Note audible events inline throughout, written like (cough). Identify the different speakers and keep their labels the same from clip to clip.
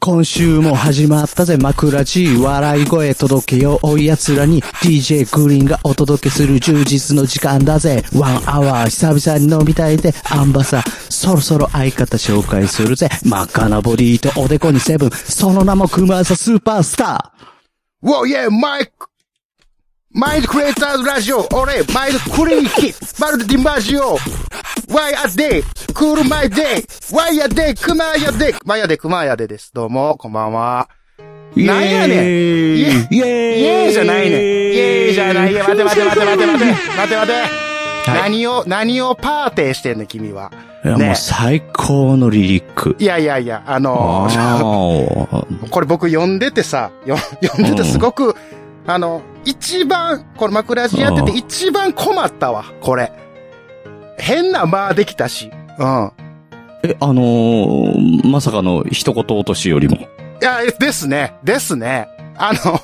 Speaker 1: 今週も始まったぜ、枕地笑い声届けよう、おい奴らに DJ グリーンがお届けする充実の時間だぜ。ワンアワー、久々に飲みたいで、アンバサー、そろそろ相方紹介するぜ。真っ赤なボディとおでこにセブン、その名も熊麻スーパースター。
Speaker 2: ウォーイェーマイクマインドクリエイターズラジオ俺マインドクリーキッバルデディマジオワイアデークールマイデーワイアデークマヤデーマヤデークマヤデーです。どうも、こんばんは。なんやねんイエーイ
Speaker 1: イエーイ
Speaker 2: イエーイじゃないねん。イエーイじゃない。いや、待て待て待て待て待て。待て待て。何を、何をパーテーしてんねん、君は。
Speaker 1: いや、も
Speaker 2: ね
Speaker 1: う最高のリリック。
Speaker 2: いやいやいや、あの
Speaker 1: あー
Speaker 2: これ僕読んでてさ、よ (laughs) 読んでてすごく、あの、一番、この枕地やって
Speaker 1: う
Speaker 2: て
Speaker 1: ん
Speaker 2: 一番困ったわ、これ。変な間できたし。うん。
Speaker 1: え、あのー、まさかの一言落としよりも。
Speaker 2: いや、えですね。ですね。あの、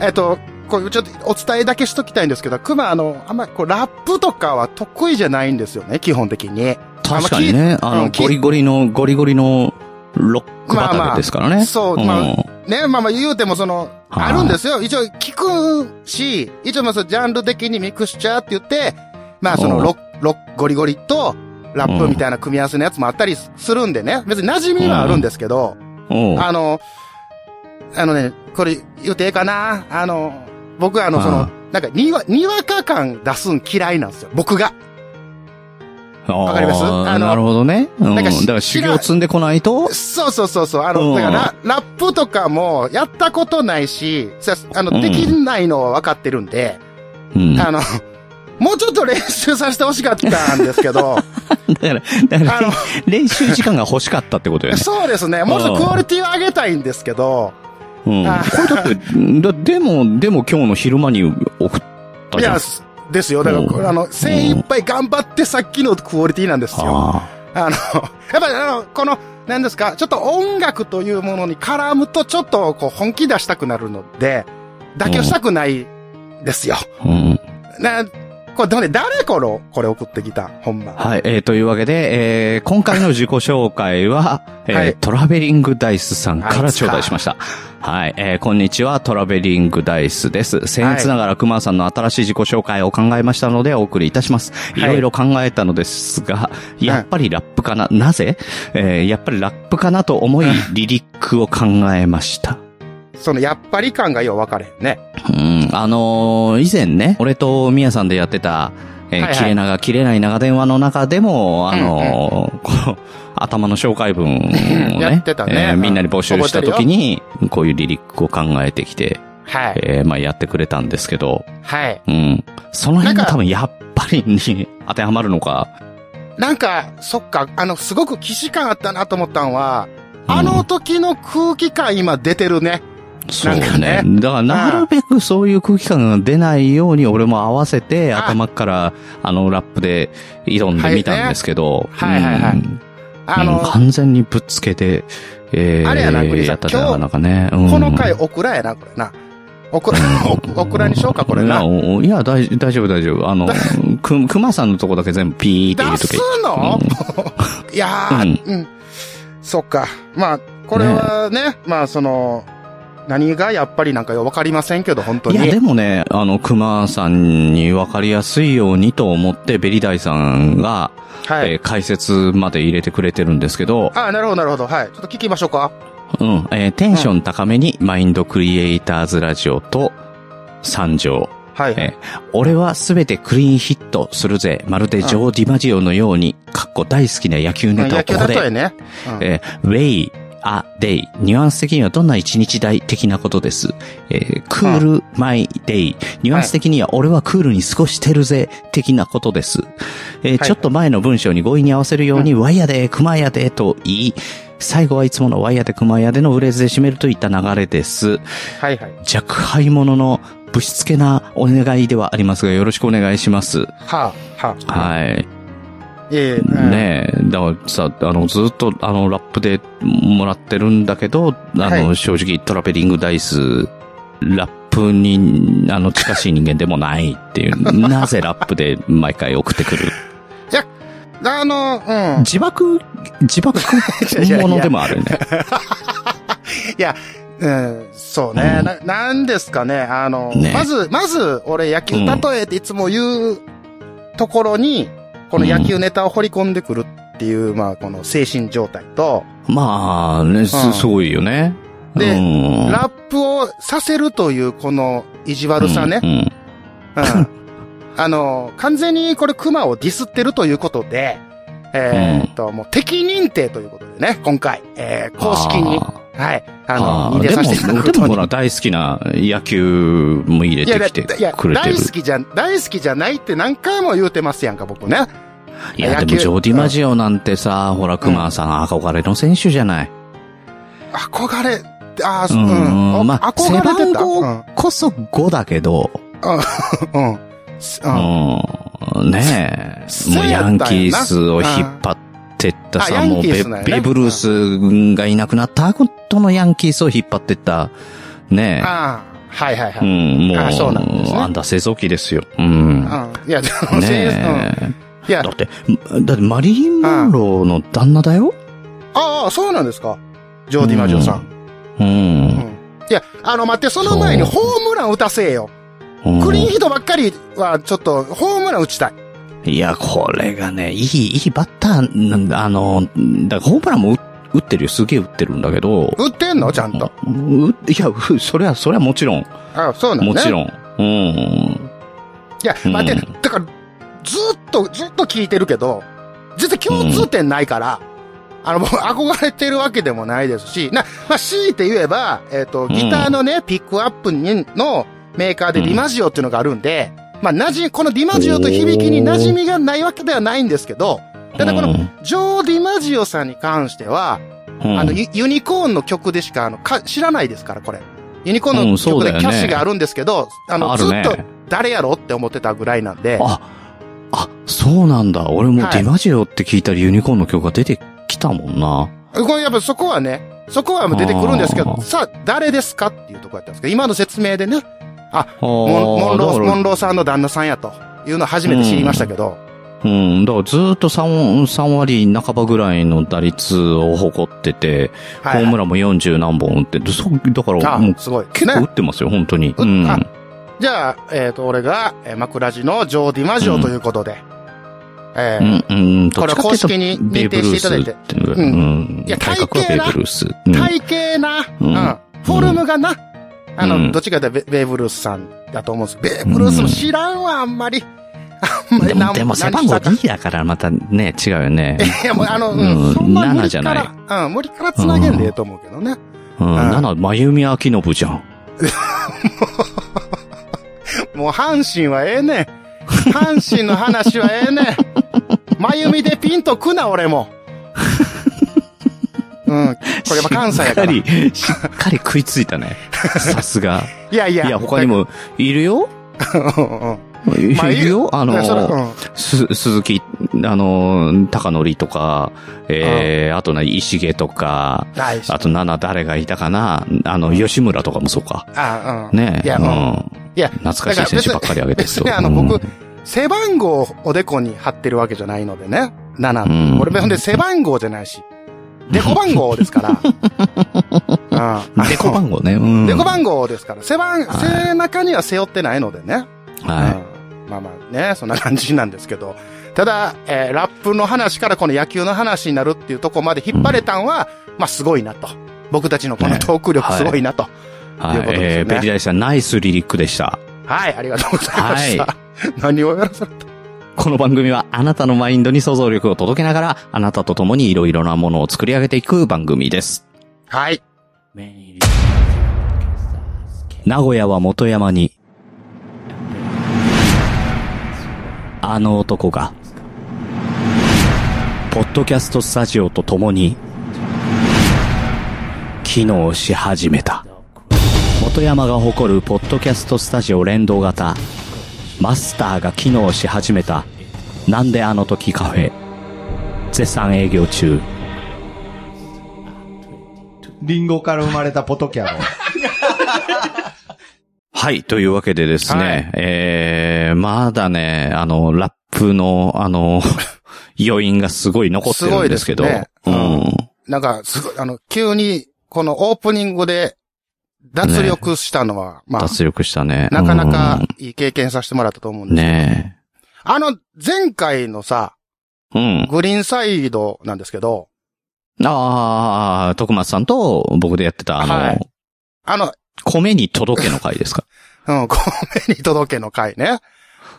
Speaker 2: えっと、これちょっとお伝えだけしときたいんですけど、熊、あの、あんまりこう、ラップとかは得意じゃないんですよね、基本的に。
Speaker 1: 確かにね、
Speaker 2: あ
Speaker 1: あ
Speaker 2: の
Speaker 1: の、
Speaker 2: き
Speaker 1: ゴリゴリの、ゴリゴリの、ロックバ
Speaker 2: まあま
Speaker 1: トル
Speaker 2: あ
Speaker 1: ですからね。
Speaker 2: そうまあね、まあまあ言うてもその、あ
Speaker 1: あー
Speaker 2: るんですよ。一応聞くし、一応まあそのジャンル的にミクスチャーって言って、まあその
Speaker 1: うん
Speaker 2: ロッロッゴリゴリとラップみたいな組み合わせのやつもあったりするんでね。別に馴染みはあるんですけど、
Speaker 1: うんうん
Speaker 2: あの、あのね、これ言うてええかなあの、僕はあのその
Speaker 1: あ、
Speaker 2: なんかにわ、にわか感出すん嫌いなんですよ。僕が。わかります
Speaker 1: あー
Speaker 2: あの
Speaker 1: なるほどね。うん。
Speaker 2: なん
Speaker 1: だ
Speaker 2: か
Speaker 1: か
Speaker 2: し
Speaker 1: ら修行積んでこないと、
Speaker 2: そうそうそうそう。あ
Speaker 1: う
Speaker 2: の、
Speaker 1: ん
Speaker 2: だからラ、ラップとかもやったことないし、さあ
Speaker 1: う
Speaker 2: の、
Speaker 1: ん
Speaker 2: できないのはわかってるんで、
Speaker 1: うん。だ
Speaker 2: あの、もうちょっと練習させてほしかったんです
Speaker 1: (laughs)
Speaker 2: けど、
Speaker 1: から、だか
Speaker 2: あの
Speaker 1: ら、練習時間が欲しかったってことよ
Speaker 2: (laughs)
Speaker 1: ね。
Speaker 2: そうですね、もうちょっとクオリティを上げたいんですけど、
Speaker 1: うん。
Speaker 2: あ
Speaker 1: これだって、だでも、でも今日の昼間に送った
Speaker 2: い
Speaker 1: じゃん。
Speaker 2: や、すですよ。だからこれ、
Speaker 1: うん
Speaker 2: あの、精一杯頑張ってさっきのクオリティなんですよ。
Speaker 1: あ
Speaker 2: あの、やっぱりあの、この、なんですか、ちょっと音楽というものに絡むとちょっとこう本気出したくなるので、妥協したくないですよ。
Speaker 1: あ。うん。
Speaker 2: な、これ、どれ誰これ、これ送ってきたほんま。
Speaker 1: はい、えー、というわけで、えー、今回の自己紹介は、えー
Speaker 2: はい
Speaker 1: トラベリングダイスさんから頂戴しました。はい、えー、こんにちは、トラベリングダイスです。僭越ながら熊さんの新しい自己紹介を考えましたのでお送りいたします。
Speaker 2: い
Speaker 1: いろいろ考えたのですが、やっぱりラップかな、なぜえー、やっぱりラップかなと思い、リリックを考えました。
Speaker 2: その、やっぱり感がよう分かれへんね。
Speaker 1: うん、あのー以前ね、俺とミヤさんでやってた、えー
Speaker 2: はいはい
Speaker 1: 切れ長、切れない長電話の中でも、あのーこの、 (laughs) 頭の紹介文をね、
Speaker 2: (laughs) やってたね
Speaker 1: えー
Speaker 2: うん
Speaker 1: みんなに募集した時に、こういうリリックを考えてきて、
Speaker 2: はい。
Speaker 1: えーまあやってくれたんですけど、
Speaker 2: はい。
Speaker 1: うん。その辺
Speaker 2: な
Speaker 1: が
Speaker 2: んか
Speaker 1: 多分やっぱりに当てはまるのか。
Speaker 2: なんか、そっか、あの、すごく既視感あったなと思ったんは、
Speaker 1: うん
Speaker 2: あの時の空気感今出てるね。
Speaker 1: そう
Speaker 2: なんかね
Speaker 1: ね。だからなるべくそういう空気感が出ないように俺も合わせて頭からあのラップで挑んでみたんですけど。
Speaker 2: はいねはいはいはい
Speaker 1: うん
Speaker 2: あ
Speaker 1: うん
Speaker 2: の、
Speaker 1: 完全にぶっつけて、えー、
Speaker 2: あれやな栗さ
Speaker 1: や
Speaker 2: ん
Speaker 1: ったねなかなかね。うん
Speaker 2: この回オクラやな、これな。オクラ、オクラにしようか、これ
Speaker 1: いや
Speaker 2: な。
Speaker 1: おいや、大大丈夫、大丈夫。あ
Speaker 2: (laughs)
Speaker 1: の、く、熊さんのとこだけ全部ピーって入れ
Speaker 2: 出
Speaker 1: とけ
Speaker 2: す。の、いやー、うん、そっか。まあ、これはね、まあ、その、何がやっぱりなんかよ、わかりませんけど、本当
Speaker 1: い
Speaker 2: に。
Speaker 1: や、でもね、あの、熊さんに分かりやすいようにと思って、ベリダイさんが、
Speaker 2: はい。
Speaker 1: えー解説まで入れてくれてるんですけど、
Speaker 2: ああ、なるほど、なるほど。はい。ちょっと聞きましょうか。
Speaker 1: うん、えーテンション高めに、マインドクリエイターズラジオと、三条。
Speaker 2: はい。
Speaker 1: え俺はすべてクリーンヒットするぜ。まるでジョー・ディマジオのように、かっこ大好きな野球ネタを
Speaker 2: 野
Speaker 1: こ
Speaker 2: 球
Speaker 1: こ
Speaker 2: だと
Speaker 1: で、
Speaker 2: えね。うん
Speaker 1: えーウェイ、ア、デイ、ニュアンス的にはどんな一日大的なことです。えークール、マイ、デイ、ニュアンス的には俺はクールに過ごしてるぜ、的なことです。えー
Speaker 2: はい
Speaker 1: ちょっと前の文章に強引に合わせるように、ワイヤで、クマヤでと言い、最後はいつものワイヤで、クマヤでのフレーズで締めるといった流れです。
Speaker 2: はいはい。
Speaker 1: 弱敗者のぶしつけなお願いではありますが、よろしくお願いします。
Speaker 2: はあ、はあ。
Speaker 1: はい。
Speaker 2: ええうん
Speaker 1: ねえ、だからさ、あの、ずっと、あの、ラップでもらってるんだけど、あの、
Speaker 2: はい
Speaker 1: 正直、トラベリングダイス、ラップに、あの、近しい人間でもないって
Speaker 2: (laughs)
Speaker 1: いう、なぜラップで毎回送ってくる。
Speaker 2: あの、うん。
Speaker 1: 自爆、自爆
Speaker 2: いやいや
Speaker 1: ものでもあるね。
Speaker 2: いや、うん、そうね。な、なんですかね。あの、
Speaker 1: ね
Speaker 2: まず、まず、俺野球
Speaker 1: うん
Speaker 2: 例えっていつも言うところに、この野球ネタを掘り込んでくるっていう、まあ、この精神状態と、
Speaker 1: まあ、ね、す、すごいよね。
Speaker 2: で
Speaker 1: うん
Speaker 2: ラップをさせるという、この意地悪さね
Speaker 1: う。ん
Speaker 2: うん。 (laughs) あの、完全にこれクマをディスってるということで、えーっと、もう敵認定ということでね、今回、えー公式に、
Speaker 1: あ
Speaker 2: はい、あ
Speaker 1: あー
Speaker 2: の、認定させていた
Speaker 1: で
Speaker 2: だ
Speaker 1: も、
Speaker 2: くこ
Speaker 1: で
Speaker 2: と
Speaker 1: も
Speaker 2: に
Speaker 1: ほら、大好きな野球も入れ
Speaker 2: いや、だ
Speaker 1: て
Speaker 2: い
Speaker 1: きてくれてる。
Speaker 2: や、大好きじゃ、大好きじゃないって何回も言うてますやんか、僕ね。
Speaker 1: いや、
Speaker 2: 野球
Speaker 1: でもジョーディマジオなんてさ、ほら、熊さん憧れの選手じゃない。
Speaker 2: 憧れ、ああ、
Speaker 1: う
Speaker 2: うんん。
Speaker 1: まあ、背
Speaker 2: 憧れ
Speaker 1: 番
Speaker 2: てた。うん。
Speaker 1: 号こそ5だけど、
Speaker 2: うん。う。
Speaker 1: うんん、ね
Speaker 2: そ
Speaker 1: え、も
Speaker 2: そう
Speaker 1: う
Speaker 2: や
Speaker 1: ヤ
Speaker 2: っ
Speaker 1: ン
Speaker 2: た
Speaker 1: キ
Speaker 2: んやな
Speaker 1: ースを引っ張ってった
Speaker 2: あ
Speaker 1: さ、
Speaker 2: ヤ
Speaker 1: も
Speaker 2: ン
Speaker 1: う
Speaker 2: キー
Speaker 1: ベ
Speaker 2: スなんやね
Speaker 1: ベーブ・ルースがいなくなったことのヤンキースを引っ張ってった、ねえ、
Speaker 2: ああ、はいはいは
Speaker 1: う
Speaker 2: い。
Speaker 1: ん、もう、
Speaker 2: あそうなんですね
Speaker 1: あんた製造機ですよ。うん。
Speaker 2: うん。いや、でも、
Speaker 1: ねえ。
Speaker 2: うん。いや
Speaker 1: だ、って、だってマリリン・モンローの旦那だよ
Speaker 2: ああ、そうなんですか。ジョーディマジョさん。
Speaker 1: うん
Speaker 2: うん。いや、あの、待って、その前にホ
Speaker 1: そう
Speaker 2: ームラン打たせよ。
Speaker 1: うん
Speaker 2: クリーンヒットばっかりは、ちょっと、ホームラン打ちたい。
Speaker 1: いや、これがね、いい、いいバッターなんだ、あの、だからホームランも打打ってるよ。すげえ打ってるんだけど。
Speaker 2: 打ってんのちゃんと。
Speaker 1: ういや、うそれは、それはもちろん。
Speaker 2: ああ、そうなんだ、ね。
Speaker 1: もちろん。うん。
Speaker 2: いや、
Speaker 1: うん
Speaker 2: 待って、だから、ずっと、ずっと聞いてるけど、実は共通点ないから、あの、もう憧れてるわけでもないですし、な、まあ、強いて言えば、えっ、と、
Speaker 1: ん
Speaker 2: ギターのね、ピックアップにのメーカーで
Speaker 1: うん
Speaker 2: ディマジオっていうのがあるんで、まあ、なじ、このディマジオと響きに馴染みがないわけではないんですけど、ただこの、ジョー・ディマジオさんに関しては、
Speaker 1: うん
Speaker 2: あの、ユユニコーンの曲でしか、あの、か、知らないですから、これ。ユニコーン
Speaker 1: う
Speaker 2: の
Speaker 1: んそ
Speaker 2: 曲
Speaker 1: うだよ
Speaker 2: で
Speaker 1: ね
Speaker 2: キャッシュがあるんですけど、あの、
Speaker 1: あ
Speaker 2: ず
Speaker 1: る
Speaker 2: っ
Speaker 1: ね
Speaker 2: と、誰やろって思ってたぐらいなんで。
Speaker 1: あ、あ、そうなんだ。俺もデ
Speaker 2: はい
Speaker 1: ィマジオって聞いたらユニコーンの曲が出てきたもんな。
Speaker 2: これやっぱそこはね、そこはもう出てくるんですけ
Speaker 1: あ
Speaker 2: ど、
Speaker 1: ー
Speaker 2: さあ、誰ですかっていうところやったんですけど、今の説明でね、モンモ
Speaker 1: あ
Speaker 2: ン
Speaker 1: あ、
Speaker 2: ロー、
Speaker 1: だ
Speaker 2: モ
Speaker 1: か
Speaker 2: ンローさんの旦那さんやというのを初めて知りましたけど、
Speaker 1: ら、うん、だからずーっと3、三割半ばぐらいの打率を誇ってて、
Speaker 2: はい
Speaker 1: ホームランも40何本打って、そうだから、
Speaker 2: あ
Speaker 1: もう、
Speaker 2: すごい。
Speaker 1: 結構打
Speaker 2: ね
Speaker 1: っ。てますよ、本当に。
Speaker 2: 打
Speaker 1: う
Speaker 2: っ
Speaker 1: ん。
Speaker 2: あじゃあ、えっ、と、俺が、えー、枕地のジョー・ディマジオということで、え
Speaker 1: う
Speaker 2: ー
Speaker 1: ん、うん、ど
Speaker 2: こ
Speaker 1: っ
Speaker 2: れ
Speaker 1: ち
Speaker 2: は
Speaker 1: かって
Speaker 2: 公
Speaker 1: いうと
Speaker 2: 式に
Speaker 1: ベー
Speaker 2: 認
Speaker 1: ブ・
Speaker 2: 定
Speaker 1: ル
Speaker 2: し
Speaker 1: ー
Speaker 2: ていた
Speaker 1: ス
Speaker 2: だいて。
Speaker 1: っていう、
Speaker 2: う
Speaker 1: うんん。
Speaker 2: いや
Speaker 1: 体格は
Speaker 2: 体
Speaker 1: ベ
Speaker 2: 型
Speaker 1: ー
Speaker 2: な
Speaker 1: ブ・ルース。うん
Speaker 2: 体型な、
Speaker 1: う
Speaker 2: うんん、フォルムがな、あの、
Speaker 1: うん
Speaker 2: どっちかというとベベーブ・ルースさんだと思うんですベーブ・ルースも知らんわ、あんまり。あんま
Speaker 1: で
Speaker 2: り
Speaker 1: も、
Speaker 2: 何
Speaker 1: でも背番号
Speaker 2: 何したか
Speaker 1: 2だからまたね、違うよね。
Speaker 2: いや、 (laughs) もうあの、う
Speaker 1: うん
Speaker 2: ん、そんな無
Speaker 1: 7
Speaker 2: 理
Speaker 1: じ
Speaker 2: か
Speaker 1: ゃない
Speaker 2: ら、うん、無理から繋げんでええと思うけどね。
Speaker 1: うん。なの、真由美明信じゃん。
Speaker 2: もう阪神はええねん。阪神の話はええ
Speaker 1: (laughs)
Speaker 2: ねん。真由美でピンとくな、俺も。うん、これやっぱ関西やから。
Speaker 1: し
Speaker 2: い
Speaker 1: っかり、しっかり食いついた
Speaker 2: (laughs)
Speaker 1: ね。さすが。
Speaker 2: やいや。
Speaker 1: いや、他に。も、いるよ
Speaker 2: うんうん
Speaker 1: い
Speaker 2: まあいる
Speaker 1: るよあ
Speaker 2: うん。
Speaker 1: の
Speaker 2: いやそれうん
Speaker 1: す、鈴木、あの、高則とか、えー、あとな、石毛とか、
Speaker 2: 大事
Speaker 1: あと7誰がいたかなあの、吉村とかもそうか。
Speaker 2: あ、うん。
Speaker 1: ね
Speaker 2: いや、
Speaker 1: う
Speaker 2: うん。
Speaker 1: ん。
Speaker 2: いや、
Speaker 1: 懐かしい選手ばっかりあげてる
Speaker 2: 別にあ
Speaker 1: (laughs)
Speaker 2: の、僕、背番号をおでこに貼ってるわけじゃないのでね。7。
Speaker 1: うん
Speaker 2: 俺、ほんで背番号じゃないし。デコ番号で
Speaker 1: (laughs)
Speaker 2: すから。うん
Speaker 1: デコ番号ね。うん。
Speaker 2: デコ番号ですから。背番、
Speaker 1: はい
Speaker 2: 背中には背負ってないのでね。
Speaker 1: は
Speaker 2: うんまあまあね、そんな感じなんですけど。ただ、えーラップの話からこの野球の話になるっていうとこまで引っ張れたんは、まあすごいなと。僕たちのこのトーク力すごいなと。
Speaker 1: い。
Speaker 2: という
Speaker 1: は
Speaker 2: こと
Speaker 1: い。
Speaker 2: ですね
Speaker 1: えー、ベリダイさん、ナイスリリックでした。
Speaker 2: はい、ありがとうございました。
Speaker 1: は
Speaker 2: 何をやらせる
Speaker 1: この番組はあなたのマインドに想像力を届けながら、あなたと共にいろいろなものを作り上げていく番組です。
Speaker 2: はい。
Speaker 1: 名古屋は元山に、あの男が、ポッドキャストスタジオと共に、機能し始めた。元山が誇るポッドキャストスタジオ連動型、マスターが機能し始めた、なんであの時カフェ、絶賛営業中。
Speaker 3: リンゴから生まれたポトキャロ。
Speaker 1: はい、というわけでですね、
Speaker 2: はい
Speaker 1: えー、まだね、あの、ラップの、あの、 (laughs) 余韻がすごい残ってるんですけど、
Speaker 2: すごいですね
Speaker 1: うん。
Speaker 2: なんか、すごい、あの、急にこのオープニングで脱力したのは、まあ、
Speaker 1: 脱力したね。
Speaker 2: なかなかいい経験させてもらったと思うん
Speaker 1: うん。
Speaker 2: です。
Speaker 1: ね
Speaker 2: あの、前回のさ、
Speaker 1: え。うん。
Speaker 2: グリーンサイドなんですけど、
Speaker 1: ああ、徳松さんと僕でやってた、あの、
Speaker 2: はいあの、
Speaker 1: 米に届けの回ですか。 (laughs)
Speaker 2: うん、米に届けの回ね。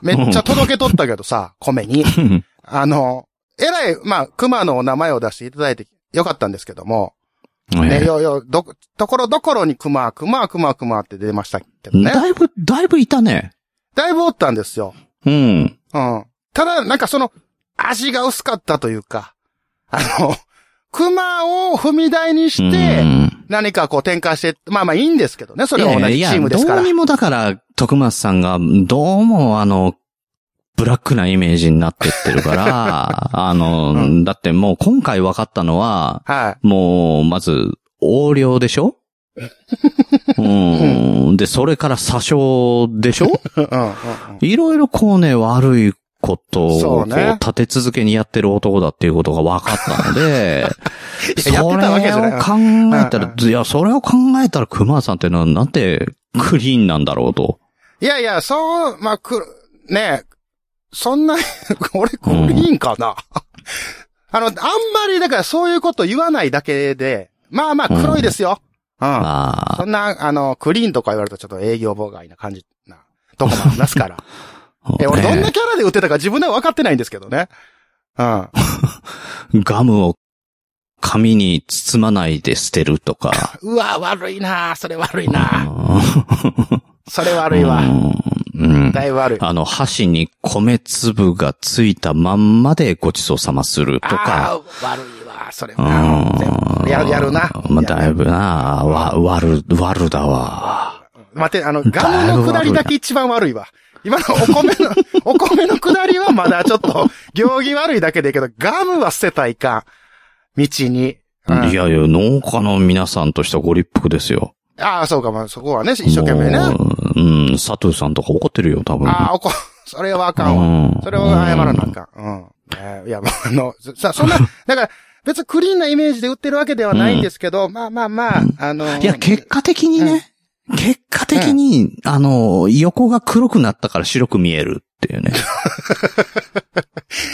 Speaker 2: めっちゃ届けとったけどさ、米に。
Speaker 1: うん
Speaker 2: あの、えらい、まあ、熊のお名前を出していただいてよかったんですけども、ね、
Speaker 1: ね
Speaker 2: よよ、ど、ところどころに熊、熊、熊、熊って出ましたけどね。
Speaker 1: だいぶ、だいぶいたね。
Speaker 2: だいぶおったんですよ。
Speaker 1: うん。
Speaker 2: うん。ただ、なんかその、味が薄かったというか、あの、熊を踏み台に
Speaker 1: う
Speaker 2: して、
Speaker 1: ん
Speaker 2: 何かこう展開して、まあまあいいんですけどね、それはい同
Speaker 1: や
Speaker 2: じ
Speaker 1: い
Speaker 2: チ
Speaker 1: や
Speaker 2: ームですか
Speaker 1: ど
Speaker 2: ら
Speaker 1: うに。もだから、徳松さんが、どうもあの、ブラックなイメージになってってる
Speaker 2: (laughs)
Speaker 1: から、あの、
Speaker 2: うん
Speaker 1: だってもう今回分かったのは、
Speaker 2: はい。
Speaker 1: もう、まず、横領でし
Speaker 2: (laughs)
Speaker 1: ょうん。で、それから詐称でしょ
Speaker 2: うんうんうんうん
Speaker 1: いろいろこうね、悪いこと
Speaker 2: そ
Speaker 1: を、こ
Speaker 2: う
Speaker 1: う、
Speaker 2: ね
Speaker 1: 立て続けにやってる男だっていうことが分かったの
Speaker 2: (laughs)
Speaker 1: で、それ
Speaker 2: や
Speaker 1: を
Speaker 2: っ
Speaker 1: 考
Speaker 2: てたわけじゃない
Speaker 1: えた
Speaker 2: う
Speaker 1: ら
Speaker 2: ん、
Speaker 1: いや、それを考えたら熊さんってのはなんてクリーンなんだろうと。
Speaker 2: いやいや、そう、まあ、くる、ねえ、そんな、俺、これいいんかな、あの、あんまり、だからそういうこと言わないだけで、まあまあ、黒いですよ。うん。
Speaker 1: まあ、
Speaker 2: そんな、あの、クリーンとか言われるとちょっと営業妨害な感じな、とこもあります
Speaker 1: (laughs)
Speaker 2: から。え、俺どんな
Speaker 1: ね
Speaker 2: キャラで打ってたか自分では分かってないんですけどね。うん。
Speaker 1: ガムを紙に包まないで捨てるとか。
Speaker 2: うわ、悪いなそれ悪い (laughs) な
Speaker 1: うん
Speaker 2: それ悪いわ。
Speaker 1: うん
Speaker 2: だいぶ悪い。
Speaker 1: あの、箸に米粒がついたまんまでごちそうさまするとか。
Speaker 2: あー悪いわ、それ
Speaker 1: う
Speaker 2: な。全
Speaker 1: ん
Speaker 2: 部やる、やるな。
Speaker 1: まあ、だいぶな、わ、わる、わるだわ。
Speaker 2: 待って、あの、ガムの下りだけ一番悪いわ。今のお米の、 (laughs) お米の下りはまだちょっと、行儀悪いだけでいいけど、ガムは捨てたらいかん。道に。うん
Speaker 1: いやいや、農家の皆さんとしてはご立腹ですよ。
Speaker 2: ああ、そうか、まあ、そこはね、一生懸命ね。
Speaker 1: もううん、佐藤さんとか怒ってるよ、多分。
Speaker 2: ああ、おこ、それはあかんわ。
Speaker 1: うん
Speaker 2: それは謝らなあかん。うん。えーいや、もうあの、そさ、そ
Speaker 1: (laughs)
Speaker 2: んな、だから、別にクリーンなイメージで売ってるわけではないんですけど、まあまあまあ、あのー
Speaker 1: いや、結果的にね、結果的に、あの、横が黒くなったから白く見えるって
Speaker 2: (laughs)
Speaker 1: いうね。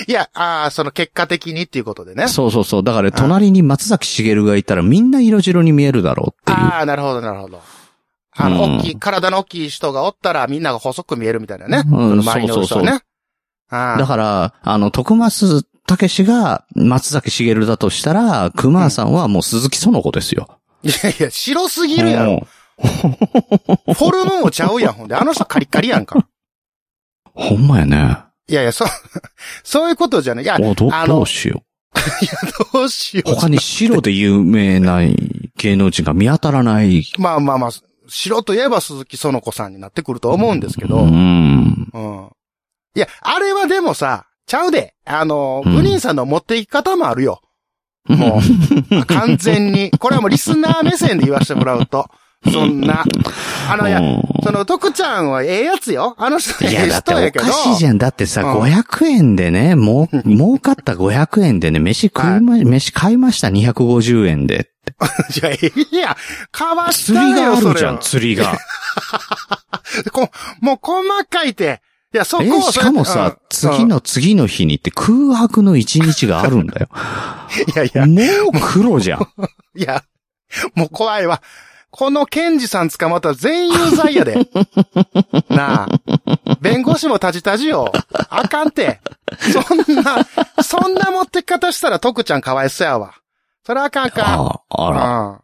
Speaker 2: いや、ああ、その結果的にっていうことでね。
Speaker 1: そうそうそう。だから、隣に松崎しげるがいたらみんな色白に見えるだろうっていう。
Speaker 2: ああ、なるほど、なるほど。あの、
Speaker 1: うん
Speaker 2: 大きい、体の大きい人がおったら、みんなが細く見えるみたいなね。
Speaker 1: うん
Speaker 2: その周りの人はね。
Speaker 1: そ
Speaker 2: あ
Speaker 1: だ
Speaker 2: あ、
Speaker 1: から、あの、徳松武史が松崎しげるだとしたら、熊さんはもう鈴木園子ですよ。
Speaker 2: いやいや、白すぎるやろ。フォルムもちゃうやん、ほんで。あの人カリカリやんか。
Speaker 1: うんほんまやね。
Speaker 2: いやいや、そう、 (laughs) そういうことじゃない。いや、
Speaker 1: おど
Speaker 2: あの
Speaker 1: どうしよ
Speaker 2: どうしよ
Speaker 1: う。他に白で有名な芸能人が見当たらない。
Speaker 2: う。まあまあまあ、白といえば鈴木園子さんになってくると思うんですけど。
Speaker 1: う
Speaker 2: うん。
Speaker 1: ん。
Speaker 2: いや、あれはでもさ、ちゃうで。あの、
Speaker 1: うん
Speaker 2: グリーンさんの持っていき方もあるよ。もう、完全に。これはもうリスナー目線で言わせてもらうと。そんな。あの、いや
Speaker 1: うん、
Speaker 2: その、徳ちゃんはええやつよ。あの人え
Speaker 1: いや、
Speaker 2: え
Speaker 1: だっ
Speaker 2: 人
Speaker 1: て
Speaker 2: や
Speaker 1: お
Speaker 2: けど。
Speaker 1: かしいじゃん。だってさ、
Speaker 2: うん
Speaker 1: 500円でね、もう、儲かった500円でね、飯食いま、飯買いました、250円で。
Speaker 2: いや、いや、かわし
Speaker 1: 釣
Speaker 2: た
Speaker 1: りが
Speaker 2: よ、
Speaker 1: あ
Speaker 2: そ
Speaker 1: る
Speaker 2: れ
Speaker 1: じゃ
Speaker 2: は
Speaker 1: ん、。釣りが。
Speaker 2: こもう細かいて。いや、そこ
Speaker 1: え、
Speaker 2: を
Speaker 1: しかもさ、
Speaker 2: それ
Speaker 1: 次。の次の日にって空白の一日があるんだよ。
Speaker 2: うんいやいや、
Speaker 1: もう黒
Speaker 2: (laughs)
Speaker 1: じゃん。
Speaker 2: いや、もう怖いわ。この検事さん捕まったら全員有
Speaker 1: (laughs)
Speaker 2: 罪やで。なあ。弁護士もタジタジよ。あかんて。そんな、そんな持ってき方したら徳ちゃんかわいそうやわ。それあかんか。
Speaker 1: ああ、あ
Speaker 2: うん。
Speaker 1: ら。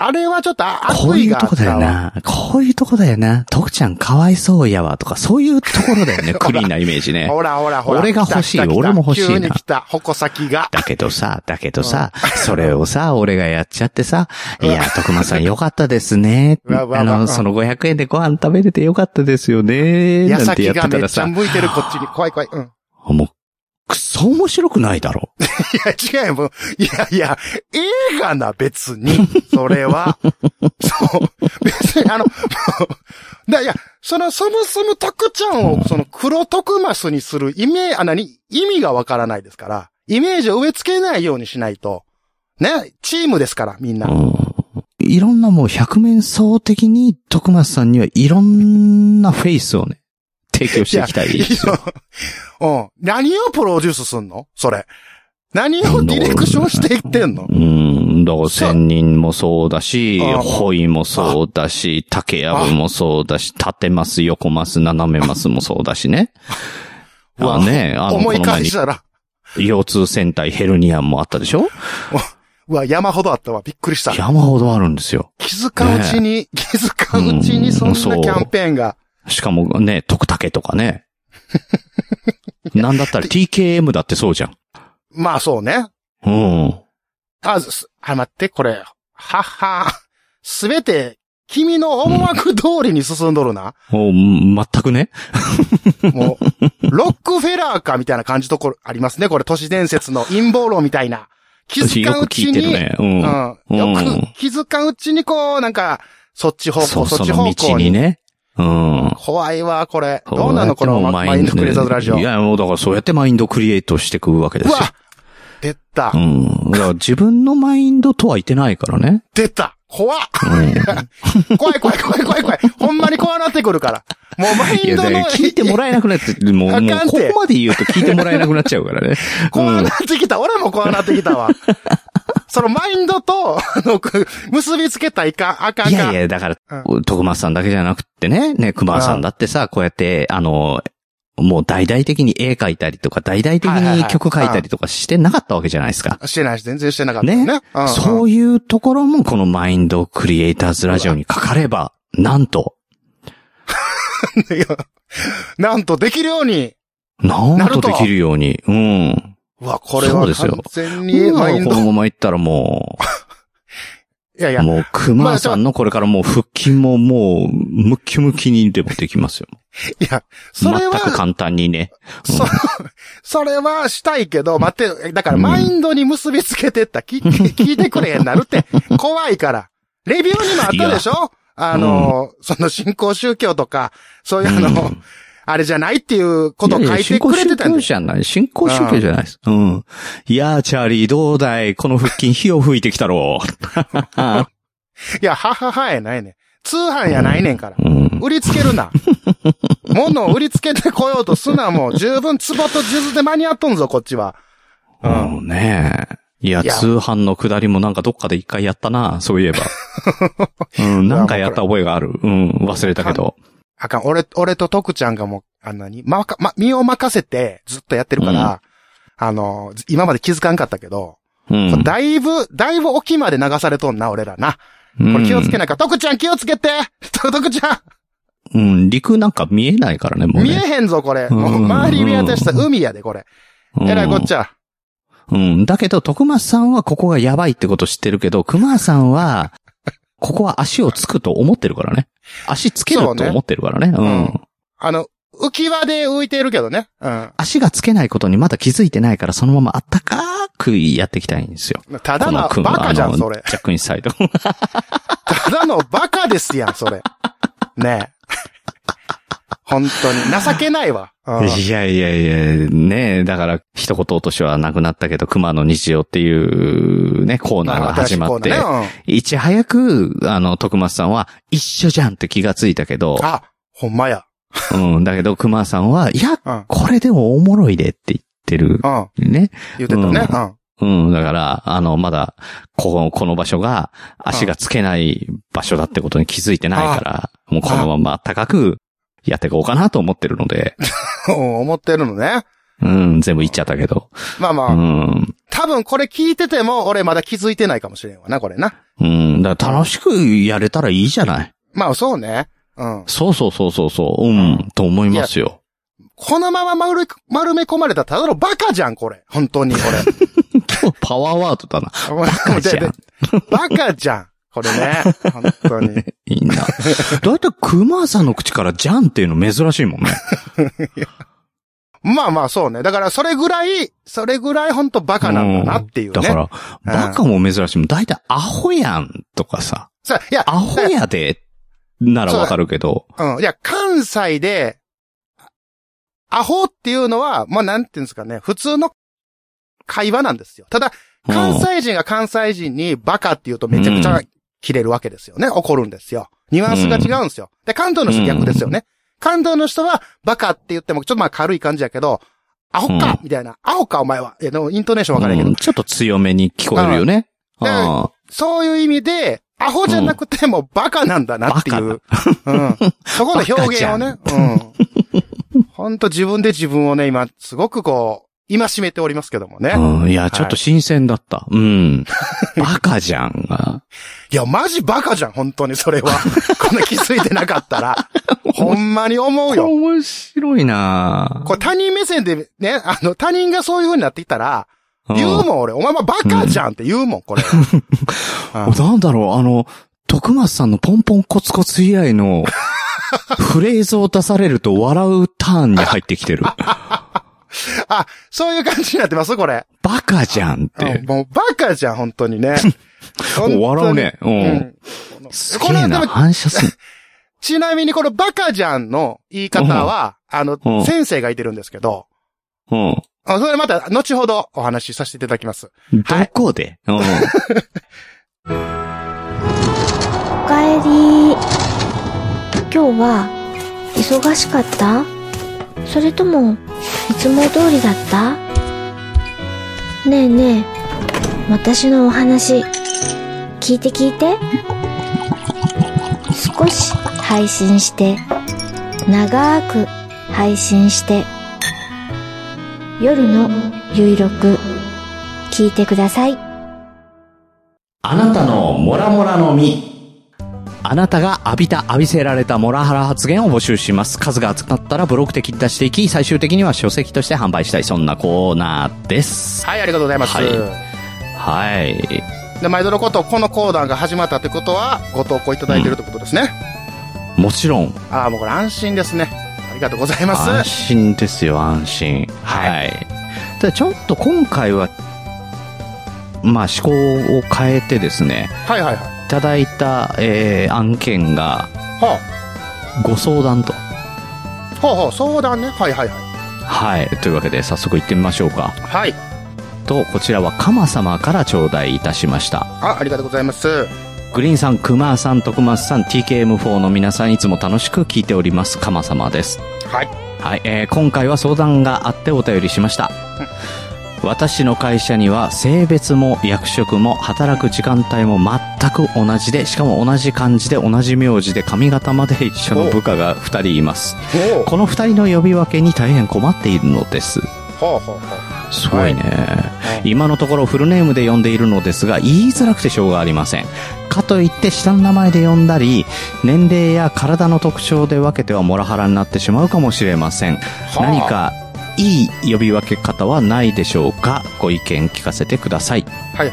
Speaker 2: あれはちょっとあ
Speaker 1: こう
Speaker 2: 悪意
Speaker 1: いう
Speaker 2: があ
Speaker 1: と
Speaker 2: っ
Speaker 1: こだ
Speaker 2: た
Speaker 1: よ
Speaker 2: わ。
Speaker 1: な。こういうとこだよな。徳ちゃんかわいそうやわとか、そういうところだよ
Speaker 2: (laughs)
Speaker 1: ね。クリーンなイメージね。
Speaker 2: ほらほらほら。
Speaker 1: 俺が欲しい
Speaker 2: 来た来た来た
Speaker 1: 俺も欲しいな
Speaker 2: 急に来た、矛先が。
Speaker 1: だけどさ、だけどさ、それをさ、俺がやっちゃってさ、いうや、徳間さんよかったですね。
Speaker 2: うわ
Speaker 1: あ
Speaker 2: うわうわう
Speaker 1: の、
Speaker 2: ん
Speaker 1: その500円でご飯食べれてよかったですよね。
Speaker 2: 矢
Speaker 1: なんて
Speaker 2: 先
Speaker 1: やって
Speaker 2: が
Speaker 1: た
Speaker 2: めっ
Speaker 1: ら
Speaker 2: ちゃ
Speaker 1: さ、
Speaker 2: 向いてるこっちに。怖い怖い。うん。
Speaker 1: もう、くそ面白くないだろ。
Speaker 2: い (laughs) や、違うよ、もう。いやいや、映画な、別に。それは。
Speaker 1: (laughs)
Speaker 2: そう。別に、あの、もうだいや、その、そもそも徳ちゃんを、その、黒徳マスにする意味、あ、何意味がわからないですから、イメージを植え付けないようにしないと。ね、チームですから、みんな。
Speaker 1: うんいろんなもう百面相的に、徳松さんにはいろんなフェイスをね、 (laughs) 提供していきたいですよ。
Speaker 2: うん。何をプロデュースすんのそれ。何をディレクションしていってんの
Speaker 1: うん、だから仙人もそうだし
Speaker 2: あ、
Speaker 1: ホイもそうだし、竹やぶもそうだし、縦マス、横マス、斜めマスもそうだしね。
Speaker 2: うわ
Speaker 1: あね、あの、
Speaker 2: 思
Speaker 1: こ
Speaker 2: い
Speaker 1: の前
Speaker 2: 返
Speaker 1: に
Speaker 2: したら、
Speaker 1: 腰痛戦隊ヘルニアンもあったでしょ
Speaker 2: うわ、山ほどあったわ。びっくりした。
Speaker 1: 山ほどあるんですよ。
Speaker 2: 気づかんうちに、気づかんうちにそ
Speaker 1: う
Speaker 2: んな
Speaker 1: んそう
Speaker 2: キャンペーンが。
Speaker 1: しかもね、徳竹とか (laughs) ね。なんだったら TKM だってそうじゃん。
Speaker 2: まあそうね。
Speaker 1: うん。
Speaker 2: あ、すあ、待って、これ。はっは。すべて、君の思惑通りに進んど
Speaker 1: (laughs)
Speaker 2: るな。
Speaker 1: お全くね。
Speaker 2: もう、ロックフェラーかみたいな感じところありますね。これ、都市伝説の陰謀論みたいな。気づ
Speaker 1: よ
Speaker 2: かん
Speaker 1: く
Speaker 2: うち
Speaker 1: 聞いてる
Speaker 2: に、
Speaker 1: ね。う。
Speaker 2: うんん。よ
Speaker 1: うん
Speaker 2: く気づかんうちにこう、なんか、そっち方向、
Speaker 1: そ、
Speaker 2: そう
Speaker 1: そ
Speaker 2: っち
Speaker 1: の
Speaker 2: 方
Speaker 1: 道
Speaker 2: 向
Speaker 1: に
Speaker 2: に。
Speaker 1: ね。うん。
Speaker 2: 怖いわ、これ。どうなのこの
Speaker 1: でも
Speaker 2: マインドクレーザーズラジオ。
Speaker 1: いう
Speaker 2: わ
Speaker 1: や、もうだからそうやってマインドクリエイトしていくわけですよ。
Speaker 2: 出た
Speaker 1: う。ん。だから自分のマインドとは言ってないからね。
Speaker 2: 出た。怖っ。
Speaker 1: うん。
Speaker 2: (laughs) 怖い怖い怖い怖い怖い。ほんまに怖なってくるから。もうマイ
Speaker 1: い
Speaker 2: ン
Speaker 1: や、
Speaker 2: ド
Speaker 1: だから
Speaker 2: の、
Speaker 1: 聞いてもらえなくなって、もう、
Speaker 2: あ
Speaker 1: も
Speaker 2: か
Speaker 1: うん
Speaker 2: て
Speaker 1: ここまで言うと聞いてもらえなくなっちゃう
Speaker 2: (laughs)
Speaker 1: からね。
Speaker 2: 怖なってきた。俺も怖なってき
Speaker 1: (laughs)
Speaker 2: たわ。そのマインドと、あの、く結びつけたらいかん、あかんあかん。
Speaker 1: いやいや、だから、徳松さんだけじゃなくってね、ね、熊さんだってさ、こうやって、あの、もう大々的に絵描いたりとか、大々的
Speaker 2: はいはい
Speaker 1: に
Speaker 2: はい
Speaker 1: 曲描いたりとかしてなかったわけじゃないですか。
Speaker 2: してないし、全然してなかった
Speaker 1: ね
Speaker 2: ね。うんうん
Speaker 1: そういうところもこのマインドクリエイターズラジオにかかれば、なんと、
Speaker 2: (laughs) いやなんとできるように。
Speaker 1: な
Speaker 2: なん
Speaker 1: と
Speaker 2: ると
Speaker 1: できるように。うん。
Speaker 2: うわ、これは
Speaker 1: そうですよ
Speaker 2: 完全に
Speaker 1: もう
Speaker 2: マイン
Speaker 1: こ
Speaker 2: ド。い
Speaker 1: のままいったらも、
Speaker 2: やいうや、
Speaker 1: もう熊さんのこれからもう腹筋ももう、ムッキムキにでもできますよ。
Speaker 2: いや、そ
Speaker 1: 全
Speaker 2: れ
Speaker 1: く
Speaker 2: は、
Speaker 1: 簡単にね。
Speaker 2: そ、それはしたいけど、待って、だからマインドに結びつけてった。聞聞いてくれへんなる
Speaker 1: (laughs)
Speaker 2: って、怖いから。レビューにもあったでしょあの、その信仰宗教とか、そういうあの、
Speaker 1: う
Speaker 2: あれじゃないっていうことを
Speaker 1: いや
Speaker 2: 書
Speaker 1: いや
Speaker 2: いてくれてたんで
Speaker 1: 新興宗教じゃない。新興宗教じゃないです。うん。いやー、チャーリー、どうだいこの腹筋、火を吹いてきたろう。
Speaker 2: いや、はははやないねん。通販やないねんから。
Speaker 1: うん。
Speaker 2: 売りつける
Speaker 1: (laughs)
Speaker 2: な。物を売りつけてこようとすな、もう。十分壺と数珠で間に合っとんぞ、こっちは。うん
Speaker 1: もうねいや、
Speaker 2: いや
Speaker 1: 通販のくだりもなんかどっかで一回やったな、そうい
Speaker 2: (laughs)
Speaker 1: えば。うん、なんかやった覚えがある。うん、忘れたけど。
Speaker 2: あかん、俺、俺と徳ちゃんがもう、あんなに、まか、ま、身を任せてずっとやってるから、あの、ず今まで気づかんかったけど、
Speaker 1: うん。
Speaker 2: これだいぶ、だいぶ沖まで流されとんな、俺らな。
Speaker 1: うん
Speaker 2: これ気をつけないから、徳ちゃん気をつけて (laughs) と徳ちゃん
Speaker 1: うん、陸なんか見えないからね、もう
Speaker 2: 見え
Speaker 1: ね。
Speaker 2: へんぞ、これ。
Speaker 1: うん
Speaker 2: もう周り見渡したら海やで、これ。
Speaker 1: うん
Speaker 2: えらいこっちゃ。
Speaker 1: うん。だけど、徳松さんはここがやばいってこと知ってるけど、熊さんは、ここは足をつくと思ってるからね。足つける
Speaker 2: そう
Speaker 1: と
Speaker 2: ね
Speaker 1: 思ってるからね。う
Speaker 2: うん
Speaker 1: ん。
Speaker 2: あの、浮き輪で浮いてるけどね。うん。
Speaker 1: 足がつけないことにまだ気づいてないから、そのままあったかくやっていきたいんですよ。
Speaker 2: ただ
Speaker 1: こ
Speaker 2: の
Speaker 1: の熊
Speaker 2: バカじゃ
Speaker 1: あの
Speaker 2: ん、それ。
Speaker 1: ジャックインサイド。
Speaker 2: ただのバカですやん、そ
Speaker 1: (laughs)
Speaker 2: れ。ねえ。本当に。情けないわ。うん
Speaker 1: いやいやいや、ねえ、だから、一言落としはなくなったけど、熊の日常っていうね、コーナーが始まって、
Speaker 2: 新しいコーナーね
Speaker 1: いち早く、あの、徳松さんは、一緒じゃんって気がついたけど
Speaker 2: うん、あ、ほんまや。
Speaker 1: うん、だけど熊さんは、いや、
Speaker 2: うん。うん。
Speaker 1: これでもおもろいでって言ってる。ね。
Speaker 2: 言ってたね。
Speaker 1: ううん、だから、あの、まだ、ここ、この場所が、足がつけない場所だってことに気づいてないから、もうこのまま高くやっていこうかなと思ってるので、
Speaker 2: うん。 (laughs) 思ってるのね。
Speaker 1: うん、全部言っちゃったけど。
Speaker 2: まあま
Speaker 1: う
Speaker 2: あ、
Speaker 1: ん。
Speaker 2: 多分これ聞いてても、俺まだ気づいてないかもしれんわな、これな。
Speaker 1: うん、だから楽しくやれたらいいじゃない。
Speaker 2: まあそうね。うん。
Speaker 1: そうそうそうそうそう、うん、と思いますよ。
Speaker 2: このまま丸い丸め込まれたらただのバカじゃん、これ。本当に、こ
Speaker 1: (laughs)
Speaker 2: れ。
Speaker 1: 今日パワーワードだな。
Speaker 2: バ
Speaker 1: カじゃん
Speaker 2: バカじゃん。これね。本当に。
Speaker 1: いいな。 (laughs) だいたい熊さんの口からじゃんっていうの珍しいもんね。
Speaker 2: まあまあそうね。だからそれぐらい、それぐらい本当バカなんだなっていう
Speaker 1: だ
Speaker 2: ね。
Speaker 1: から、バカも珍しいもん。だいたいアホやんとかさ、
Speaker 2: さ、いや、
Speaker 1: アホやで、ならわかるけど、
Speaker 2: うん。いや、関西で、アホっていうのは、まあなんていうんですかね、普通の会話なんですよ。ただ、関西人が関西人にバカって言うとめちゃくち
Speaker 1: う
Speaker 2: ゃ切れるわけですよね。怒るんですよ。ニュアンスが違うんですよ。で、関東の人逆ですよね。関東の人は、バカって言っても、ちょっとまあ軽い感じやけど、アホか、
Speaker 1: う
Speaker 2: みたいな。アホか、お前は。いや、でも、イントネーションわからんけ
Speaker 1: う
Speaker 2: ど
Speaker 1: ん。ちょっと強めに聞こえるよね。
Speaker 2: うん
Speaker 1: あ
Speaker 2: そういう意味で、アホじゃなくてもバカなんだなっていう。うん。そこの表現をね。うん。ほんと自分で自分をね、今、すごくこう、今しめておりますけどもね。
Speaker 1: あうん。いや、ちょっと新鮮だった。うん。バカじゃんが。
Speaker 2: いや、マジバカじゃん、本当にそれは。 (laughs) こんな気づいてなかったら。ほんまに思うよ。
Speaker 1: 面白いな
Speaker 2: これ他人目線でね、あの、他人がそういう風になっていたら、
Speaker 1: うん
Speaker 2: 言うもん俺、お前もバカじゃんって言うもん、これ。うん
Speaker 1: なんだろう、あの、徳松さんのポンポンコツコツ以来の、フレーズを出されると笑うターンに入ってきて
Speaker 2: (laughs)
Speaker 1: る。
Speaker 2: (laughs) あ、そういう感じになってますこれ。
Speaker 1: バカじゃんっ
Speaker 2: うん
Speaker 1: て。
Speaker 2: もうバカじゃん、本当にね。本当に
Speaker 1: 笑うね。う。
Speaker 2: うんん。
Speaker 1: すげえ
Speaker 2: この
Speaker 1: な、反射する。
Speaker 2: ちなみにこのバカじゃんの言い方は、あの
Speaker 1: うん、
Speaker 2: 先生がいてるんですけど、
Speaker 1: うん。
Speaker 2: あそれまた後ほどお話しさせていただきます。
Speaker 1: どこで、うん
Speaker 4: おかえり今日は忙しかったそれともいつも通りだったねえねえ私のお話聞いて聞いて少し配信して長く配信して夜のゆいろく聞いてください
Speaker 1: あなたのモラモラの実。あなたが浴びた、浴びせられたモラハラ発言を募集します。数が集まったらブログ的に出していき、最終的には書籍として販売したい、そんなコーナーです。
Speaker 2: はい、ありがとうございます。
Speaker 1: ははい。
Speaker 2: で、毎度のこと、この講談が始まったということは、ご投稿いただいてるということですね。
Speaker 1: もちろん、
Speaker 2: ああ、もうこれ安心ですね。ありがとうございます。
Speaker 1: 安心ですよ、安心。
Speaker 2: は
Speaker 1: はい。ただちょっと今回は、まあ思考を変えてですね、
Speaker 2: はいはいはい。
Speaker 1: いただいた、えー案件が、
Speaker 2: ほ
Speaker 1: ご相談と。
Speaker 2: う、ほうほう、相談ね。はいはいはい。
Speaker 1: はい。というわけで、早速行ってみましょうか。
Speaker 2: はい。
Speaker 1: と、こちらはカマ様から頂戴いたしました。
Speaker 2: あ、ありがとうございます。
Speaker 1: グリーンさん、クマーさん、徳松さん、TKM4 の皆さん、いつも楽しく聞いております。カマ様です。
Speaker 2: はい。
Speaker 1: はい、えー今回は相談があってお便りしました。私の会社には性別も役職も働く時間帯も全く同じで、しかも同じ漢字で同じ名字で髪型まで一緒の部下が2人います。
Speaker 2: ほう、
Speaker 1: この2人の呼び分けに大変困っているのです。
Speaker 2: ほうほうほう。
Speaker 1: すごいね、
Speaker 2: い
Speaker 1: 今のところフルネームで呼んでいるのですが言いづらくてしょうがありませんかといって下の名前で呼んだり年齢や体の特徴で分けてはモラハラになってしまうかもしれません、
Speaker 2: あ
Speaker 1: 何かいい呼び分け方はないでしょうかご意見聞かせてください、
Speaker 2: はいはい。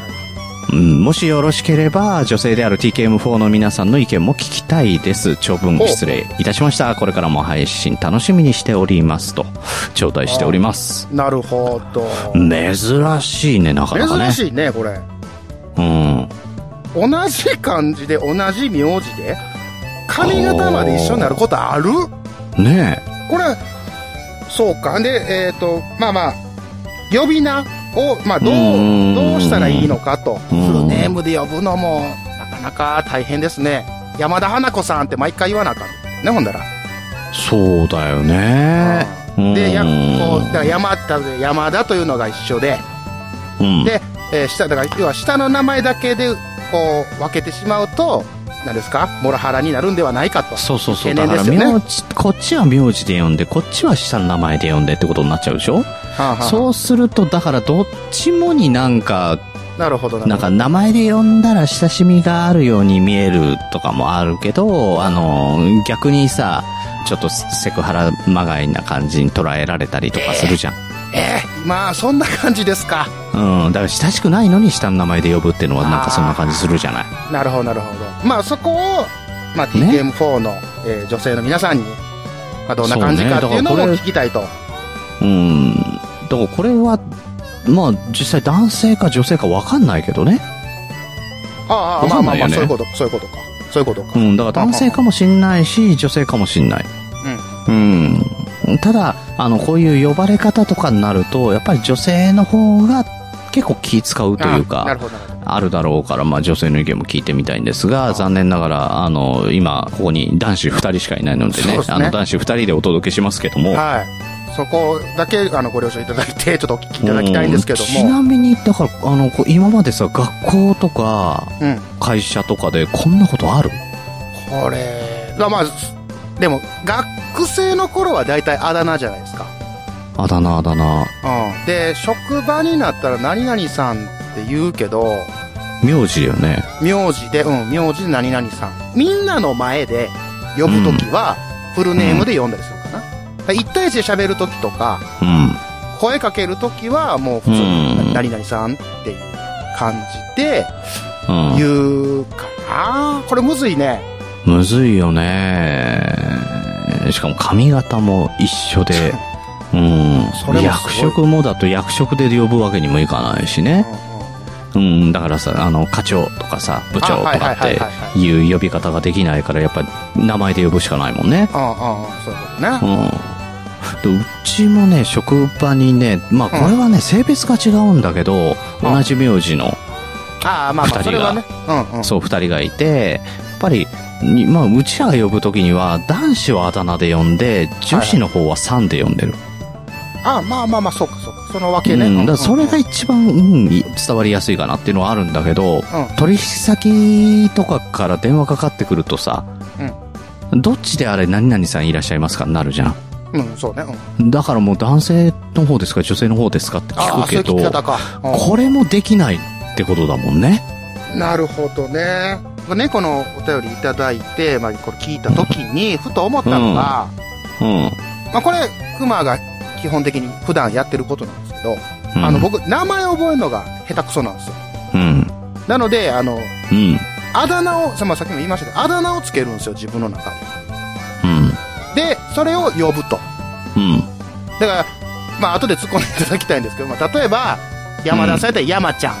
Speaker 1: うん、もしよろしければ女性である TKM4 の皆さんの意見も聞きたいです長文失礼いたしましたこれからも配信楽しみにしておりますと頂戴しております
Speaker 2: なるほど。
Speaker 1: 珍しいね、なかなかね。
Speaker 2: 珍しいね、これ。
Speaker 1: うん。
Speaker 2: 同じ漢字で同じ名字で髪型まで一緒になることある
Speaker 1: ね
Speaker 2: これそうかでえっ、とまあまあ呼び名を、まあ、どう
Speaker 1: うん
Speaker 2: どうしたらいいのかとフ
Speaker 1: うん
Speaker 2: ルネームで呼ぶのもなかなか大変ですね山田花子さんって毎回言わなあかんねほんだら、
Speaker 1: え。そうだよね。うん
Speaker 2: でやこうだから山田で山田というのが一緒で、
Speaker 1: うん。
Speaker 2: で、えー下だから要は下の名前だけでこう分けてしまうと何ですかモラハラになるんではないかと
Speaker 1: そうそうそう。
Speaker 2: 懸
Speaker 1: だか
Speaker 2: 念で
Speaker 1: ら、
Speaker 2: すよね
Speaker 1: 名字、こっちは名字で呼んで、こっちは下の名前で呼んでってことになっちゃうでしょ
Speaker 2: はあはあ
Speaker 1: そうすると、だからどっちもになんか、
Speaker 2: なるほどなるほど
Speaker 1: なんか名前で呼んだら親しみがあるように見えるとかもあるけど、あの、逆にさ、ちょっとセクハラまがいな感じに捉えられたりとかするじゃん。
Speaker 2: えー、まあそんな感じですか
Speaker 1: うん、だから親しくないのに下の名前で呼ぶっていうのはなんかそんな感じするじゃない。
Speaker 2: なるほどなるほどまあそこを、まあ、
Speaker 1: ね
Speaker 2: TKM4 の、えー女性の皆さんに、まあ、どんな感じかっていうの
Speaker 1: そうねだから
Speaker 2: も
Speaker 1: これ
Speaker 2: 聞きたいと、
Speaker 1: うん。だからこれは、まあ実際男性か女性かわかんないけどね。
Speaker 2: ああああ
Speaker 1: わ
Speaker 2: ま
Speaker 1: か
Speaker 2: あ
Speaker 1: ん
Speaker 2: ま
Speaker 1: な
Speaker 2: あ
Speaker 1: い
Speaker 2: ま
Speaker 1: よ
Speaker 2: あ
Speaker 1: ね
Speaker 2: そういうことそういうことかそういうことか、
Speaker 1: うん、だから男性かもしんないし、女性かもしんない。うん。ただ、あの、こういう呼ばれ方とかになると、やっぱり女性の方が結構気使うという
Speaker 2: ああな
Speaker 1: か
Speaker 2: る、ほどなるほど
Speaker 1: あるだろうから、まあ、女性の意見も聞いてみたいんですが、残念ながら、あの、今、ここに男子2人しかいないので
Speaker 2: そう
Speaker 1: ね、
Speaker 2: ですね
Speaker 1: あの、男子2人でお届けしますけども、
Speaker 2: はい。そこだけ、あの、ご了承いただいて、ちょっとお聞きいただきたいんですけ
Speaker 1: う
Speaker 2: ど
Speaker 1: んちな
Speaker 2: も。
Speaker 1: みに、だから、あの、こう今までさ、学校とか、
Speaker 2: うん。
Speaker 1: 会社とかでこんなことある
Speaker 2: これ、だまあ、すでも、学生の頃は大体あだ名じゃないですか。
Speaker 1: あだ名あだ名。
Speaker 2: うん。で、職場になったら何々さんって言うけど、
Speaker 1: 名字だよね。
Speaker 2: 名字で、うん、名字で何々さん。みんなの前で呼ぶときは、フルネームで呼んだりするかな。だから一対一で喋るときとか、
Speaker 1: うん。
Speaker 2: 声かけるときはもう普通
Speaker 1: うん
Speaker 2: に何々さんっていう感じで
Speaker 1: うん。
Speaker 2: 言うかな。これむずいね。
Speaker 1: むずいよねしかも髪型も一緒で、うん
Speaker 2: それもすごい
Speaker 1: 役職もだと役職で呼ぶわけにもいかないし
Speaker 2: うん
Speaker 1: ね
Speaker 2: う。ん
Speaker 1: うん、だからさ、あの、課長とかさ、部長とかっ
Speaker 2: あはいはいはい
Speaker 1: て
Speaker 2: はいは
Speaker 1: いう呼び方ができないから、やっぱ名前で呼ぶしかないもんね。
Speaker 2: うんうんうん、そういうことね。
Speaker 1: うん。でうちもね、職場にね、まあこれはね、性別が違うんだけど、
Speaker 2: うん
Speaker 1: 同じ名字の
Speaker 2: ああ、まあま
Speaker 1: 二
Speaker 2: あ、
Speaker 1: 人
Speaker 2: それはね。うんうん。
Speaker 1: そう、二人がいて、やっぱり、にまあ、うちらが呼ぶときには、男子はあだ名で呼んで、女子の方はさんで呼んでる。
Speaker 2: ああ、まあまあまあ、そうかそうか。そのわけ
Speaker 1: う
Speaker 2: ね。
Speaker 1: ん、だからそれが
Speaker 2: うん
Speaker 1: 一番、うん、い伝わりやすいかなっていうのはあるんだけど、取引先とかから電話かかってくるとさ、どっちであれ何々さんいらっしゃいますかになるじゃ
Speaker 2: うん、うん、そうね。うん。
Speaker 1: ん。だからもう男性の方ですか女性の方ですかって
Speaker 2: あ
Speaker 1: 聞
Speaker 2: あ、
Speaker 1: く
Speaker 2: そうい
Speaker 1: け
Speaker 2: う聞き
Speaker 1: ど、
Speaker 2: 方か。うん
Speaker 1: これもできないってことだもんね。
Speaker 2: なるほどね。ね、このお便りいただいて、まあ、これ聞いたときに、ふと思ったのが、
Speaker 1: うん。
Speaker 2: まあ、これ、クマが基本的に普段やってることなんですけど、あの、
Speaker 1: うん、
Speaker 2: 僕、名前覚えるのが下手くそなんですよ。
Speaker 1: うん。
Speaker 2: なので、あの、
Speaker 1: うん。
Speaker 2: あだ名を、さまあ、さっきも言いましたけど、あだ名をつけるんですよ、自分の中
Speaker 1: うん。
Speaker 2: で。で、それを呼ぶと。
Speaker 1: うん。
Speaker 2: だから、まあ、後で突っ込んでいただきたいんですけど、まあ、例えば、山田さんやったら山ちゃん、